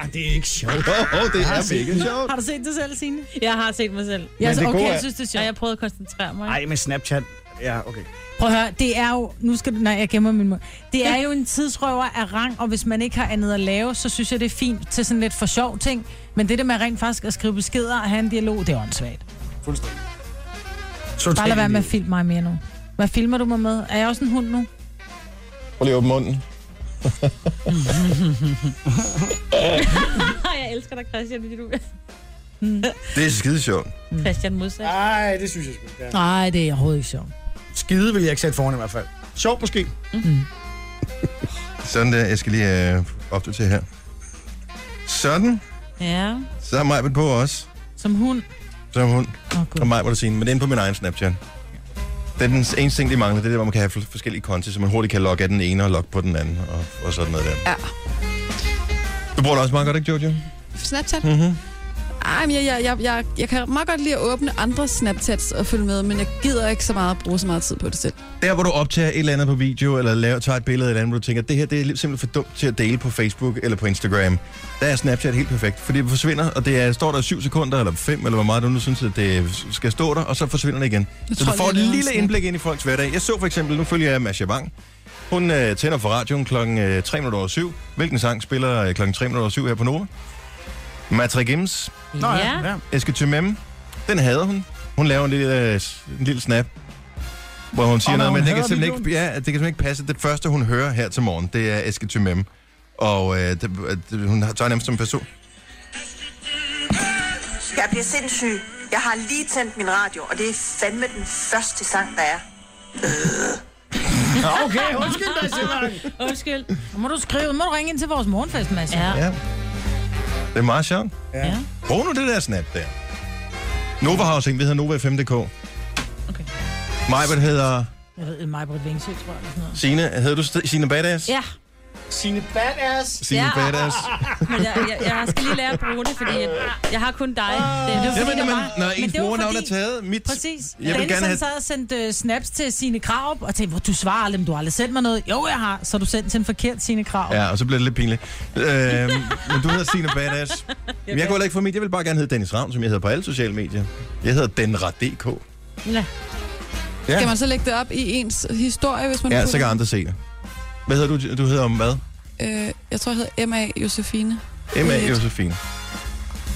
Ej, det er ikke sjovt. Åh, oh, det er mega sjovt. Har du set det selv, Signe? Jeg har set mig selv. Ja, så, det okay, gode jeg er- synes, det er Ja, sjovt. jeg prøvede at koncentrere mig. Nej, med Snapchat. Ja, okay. Prøv at høre, det er jo... Nu skal du... Nej, jeg gemmer min mund. Det er jo en tidsrøver af rang, og hvis man ikke har andet at lave, så synes jeg, det er fint til sådan lidt for sjov ting. Men det der med rent faktisk at skrive beskeder og have en dialog, det er åndssvagt. Fuldstændig. Bare lad være med at filme mig mere nu. Hvad filmer du mig med? Er jeg også en hund nu? Prøv lige at åbne munden. Nej, jeg elsker dig, Christian, fordi du Det er skide sjovt. Christian modsat. Nej, det synes jeg sgu ikke. Ja. Nej, det er overhovedet ikke sjovt. Skide vil jeg ikke sætte foran i hvert fald. Sjovt måske. Sådan der, jeg skal lige øh, opdatere her. Sådan, Ja, så har Majbet på også. Som hund. Så er hun Åh, og Gud. mig, hvor du siger, men det er inde på min egen Snapchat. Det er den eneste ting, de mangler, det er det, hvor man kan have forskellige konti, så man hurtigt kan logge af den ene og logge på den anden, og, og sådan noget der. Ja. Du bruger det også meget godt, ikke, Jojo? Snapchat? Mm-hmm. Ej, men jeg, jeg, jeg, jeg, jeg kan meget godt lide at åbne andre Snapchats og følge med, men jeg gider ikke så meget at bruge så meget tid på det selv. Der, hvor du optager et eller andet på video, eller laver, tager et billede eller andet, hvor du tænker, det her det er simpelthen for dumt til at dele på Facebook eller på Instagram, der er Snapchat helt perfekt, fordi det forsvinder, og det er, står der 7 sekunder, eller 5, eller hvor meget du nu synes, at det skal stå der, og så forsvinder det igen. Jeg så tror, du får jeg et laver en lille snap. indblik ind i folks hverdag. Jeg så for eksempel, nu følger jeg Masha Wang. Hun øh, tænder for radioen kl. Øh, 3.07. Hvilken sang spiller øh, kl. 3.07 her på Nova? Matre Gims, Nå, ja. ja. Eske Tymemme, den hader hun. Hun laver en lille, øh, en lille snap, hvor hun siger Og noget, hun men det kan, hader simpelthen ikke, ja, det kan simpelthen ikke passe. Det første, hun hører her til morgen, det er Eske Tymemme. Og øh, det, øh, det, hun har- tager nærmest som en person. Jeg bliver sindssyg. Jeg har lige tændt min radio, og det er fandme den første sang, der er. Nå, Okay, undskyld dig, Simon. Undskyld. Nu må du skrive, nu må du ringe ind til vores morgenfest, Mads. Ja. Ja. Det er meget sjovt. ja. Brug nu det der snap der. Nova har også en, vi hedder Nova 5.dk. Okay. Majbert hedder Jeg ved, mig på et vingsø, tror jeg. Eller sådan noget. Signe. Hedder du St- Signe Badass? Ja, Sine badass. Signe Ja. Badass. men jeg, jeg, jeg skal lige lære at bruge det, fordi jeg, jeg har kun dig. Det, det, Jamen, det jamen, var- når men ens det var brugernavn er fordi- taget, mit... Præcis. Jeg vil Dennis, gerne have- han sad og sendte uh, snaps til sine krav og tænkte, hvor du svarer aldrig, men du har aldrig sendt mig noget. Jo, jeg har. Så du sendte til en forkert sine krav. Ja, og så bliver det lidt pinligt. Øh, men du hedder Signe Badass. Men jeg kunne heller ikke få mit. Jeg vil bare gerne hedde Dennis Ravn, som jeg hedder på alle sociale medier. Jeg hedder Denra.dk. ja. Ja. Ja. Skal man så lægge det op i ens historie, hvis man Ja, putter- så kan andre se det. Hvad hedder du? Du hedder om hvad? øh, Jeg tror, jeg hedder M.A. Josefine. Øh, Emma Josefine.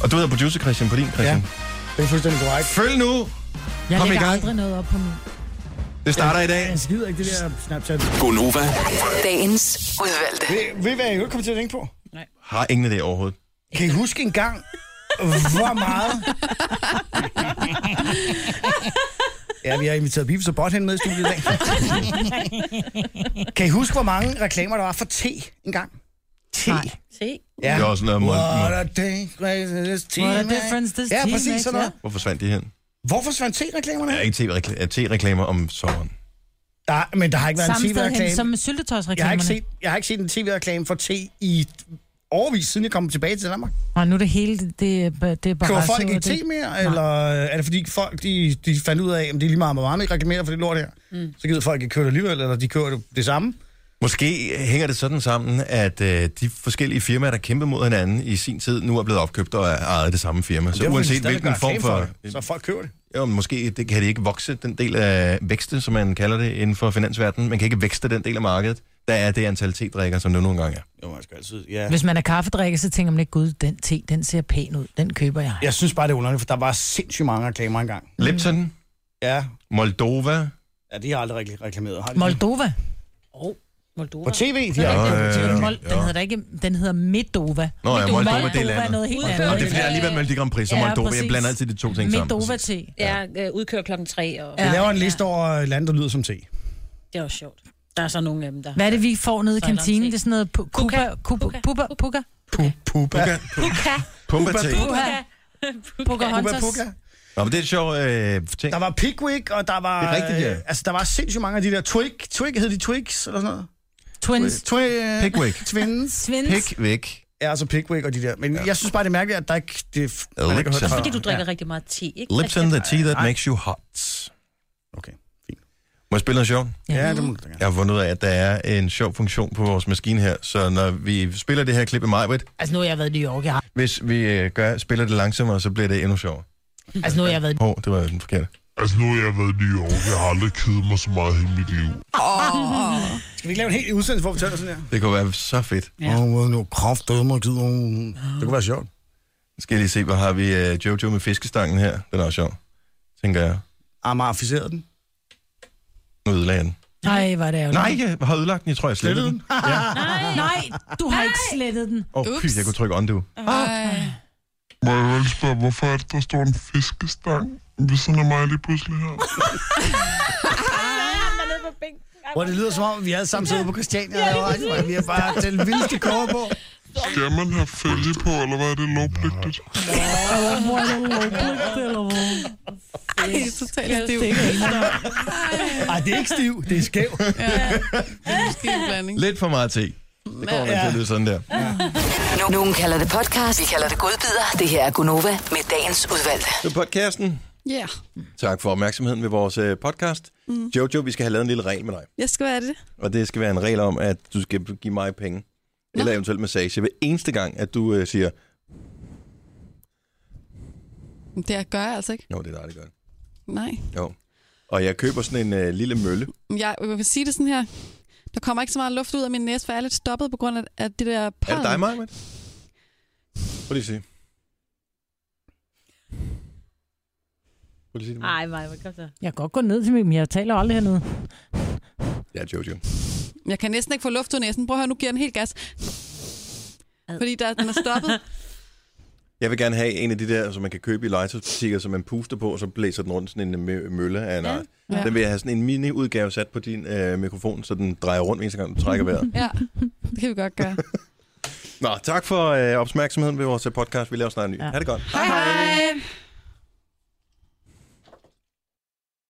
Og du hedder producer Christian på din, Christian. Ja. Det er fuldstændig korrekt. Følg nu! Jeg Kom i lægger gang. aldrig noget op på min. Det starter i dag. Jeg skider ikke det der Snapchat. Gonova. Dagens udvalgte. Ved I, hvad jeg ikke kommer til at tænke på? Har ingen idé overhovedet. Kan I huske en gang, hvor meget... Ja, vi har inviteret Bibs og Bot hen med i studiet i dag. kan I huske, hvor mange reklamer der var for te en gang? Te. Nej. Se. Det er også noget, må, What må, a day, greatest tea, What a man. difference this Ja, tea præcis makes, sådan noget. hvor forsvandt de hen? Hvorfor svandt te-reklamerne? Der er hen? ikke TV-rekla- er TV-reklamer om sommeren. Der, men der har ikke været Samme en sted hen tv-reklame. som med Jeg har, syltetøjsreklamerne. ikke set, jeg har ikke set en tv-reklame for te i overvis, siden jeg kom tilbage til Danmark. Og nu er det hele, det, det, det er bare... Køber folk og ikke te det- mere, Nej. eller øh, er det fordi folk, de, de fandt ud af, at det er lige meget, hvor meget man reklamerer for det lort her? Mm. Mm. Så gider folk ikke købe det alligevel, eller de køber det, det samme? Altså, Måske hænger det sådan sammen, at øh, de forskellige firmaer, der kæmpede mod hinanden i sin tid, nu er blevet opkøbt og er ejet af det samme firma. Så Derfor vil de uanset stadig hvilken gøre form reklame for... det, Så folk køber det. Jo, men måske det, kan de ikke vokse den del af vækste, som man kalder det inden for finansverdenen. Man kan ikke vækste den del af markedet. Der er det antal te-drikker, som det nogle gange er. Jo, man skal altid, ja. Hvis man er kaffedrikker, så tænker man ikke, gud, den te, den ser pæn ud. Den køber jeg. Jeg synes bare, det er underligt, for der var sindssygt mange reklamer engang. Lipton, Ja. Moldova. Ja, de har aldrig rigtig reklameret. Har de Moldova. Åh, oh, Moldova. På tv, de Ja, har- ja, ja, Ja, ja. ja, Mol- ja. den hedder da ikke, den hedder Middova. øh, Nå ja, Moldova, det er Moldova er landet. noget helt Moldova. andet. Jamen, det er fordi, jeg alligevel Melodi Grand Prix og Moldova. Jeg præcis. blander altid de to ting sammen. Middova-te. Ja, øh, udkører klokken tre. Og... Jeg laver en liste over øh, lande, der lyder som te. Det er også sjovt. Der er så nogle af dem, der... Hvad er det, vi får nede i Så er der kantinen? Det er sådan noget pu- kuba, kuba, puba, puka. Puka. Puka. Pumba-te. Puka. Puka Puka, puka. Nå, men det er en sjov øh, ting. Der var Pickwick, og der var... Det er rigtigt, ja. øh, Altså, der var sindssygt mange af de der Twig. Twig hed de Twigs, eller sådan noget. Twins. Twi- Pickwick. Twins. Twins. Pik væk. Ja, altså Pickwick og de der. Men ja. jeg synes bare, det er mærkeligt, at der ikke... Det, f- man ikke har hørt Lipton. fra- Fordi du drikker ja. rigtig meget te, ikke? Lipton, the tea that Ej. makes you hot. Okay, fint. Må jeg spille noget sjovt? Ja, det må du da Jeg har fundet ud af, at der er en sjov funktion på vores maskine her, så når vi spiller det her klip i Majbrit, Altså, nu har jeg været i New York. Jeg har... hvis vi øh, gør, spiller det langsommere, så bliver det endnu sjovere. Altså, nu har jeg været... Hov, det var den forkerte. Altså, nu har jeg været i New York. Jeg har aldrig kedet mig så meget i hele mit liv. Oh. Skal vi ikke lave en helt udsendelse, hvor vi fortæller sådan her? Det kunne være så fedt. Ja. Oh, nu kraft, det mig gider. Det kunne være sjovt. Nu Skal jeg lige se, hvor har vi øh, Jojo med fiskestangen her? Den er også sjov, tænker jeg. Amarificerede den. Nu ødelagde jeg den. Nej, var det ærgerligt. Nej, jeg har ødelagt den. Jeg tror, jeg slettede den. Ja. Nej. Nej, du har ikke slettet den. Åh, oh, jeg kunne trykke undo. Ej. Må jeg vel spørge, hvorfor er det, der står en fiskestang ved siden af mig lige pludselig her? Ah. Hvor det lyder som om, vi alle sammen sidder på Christiania. Ja, og vi er bare den vildeste koger på. Skal man have fælge på, eller hvad er det lovpligtigt? Ej, totalt Jeg stiv. stikker i Ej, det er ikke stiv, det er skæv. Lidt for meget te. Det kommer ja. til at lyde sådan der. Nogen kalder det podcast, vi kalder det godbider. Det her er Gunova med dagens udvalgte. Så podcasten. Ja, yeah. Tak for opmærksomheden ved vores øh, podcast. Mm. Jojo, vi skal have lavet en lille regel med dig. jeg skal være det. Og det skal være en regel om, at du skal give mig penge. Nå. Eller eventuelt massage. Hver eneste gang, at du øh, siger, Men Det gør jeg altså ikke. jo, det er dig, det gør det." Nej. Jo. Og jeg køber sådan en øh, lille mølle. Men Jeg, jeg vil sige det sådan her. Der kommer ikke så meget luft ud af min næse, for jeg er lidt stoppet på grund af, af det der Er pollen. det dig, Maja? Prøv lige at sige. Prøv lige at sige det, Maja. Nej, nej, kom så. Jeg kan godt gå ned til mig, men jeg taler aldrig hernede. Ja, Jojo. Jeg kan næsten ikke få luft ud af næsen. Prøv at høre, nu giver den helt gas. Fordi der, den er stoppet. Jeg vil gerne have en af de der, som man kan købe i legetøjsbutikker, som man puster på, og så blæser den rundt sådan en øh, mø- mølle af en art. Ja. Den vil jeg have sådan en mini-udgave sat på din øh, mikrofon, så den drejer rundt, hver eneste gang du trækker vejret. ja, det kan vi godt gøre. Nå, tak for øh, opmærksomheden ved vores øh, podcast. Vi laver snart en ny. Ja. Ha' det godt. Hej hej!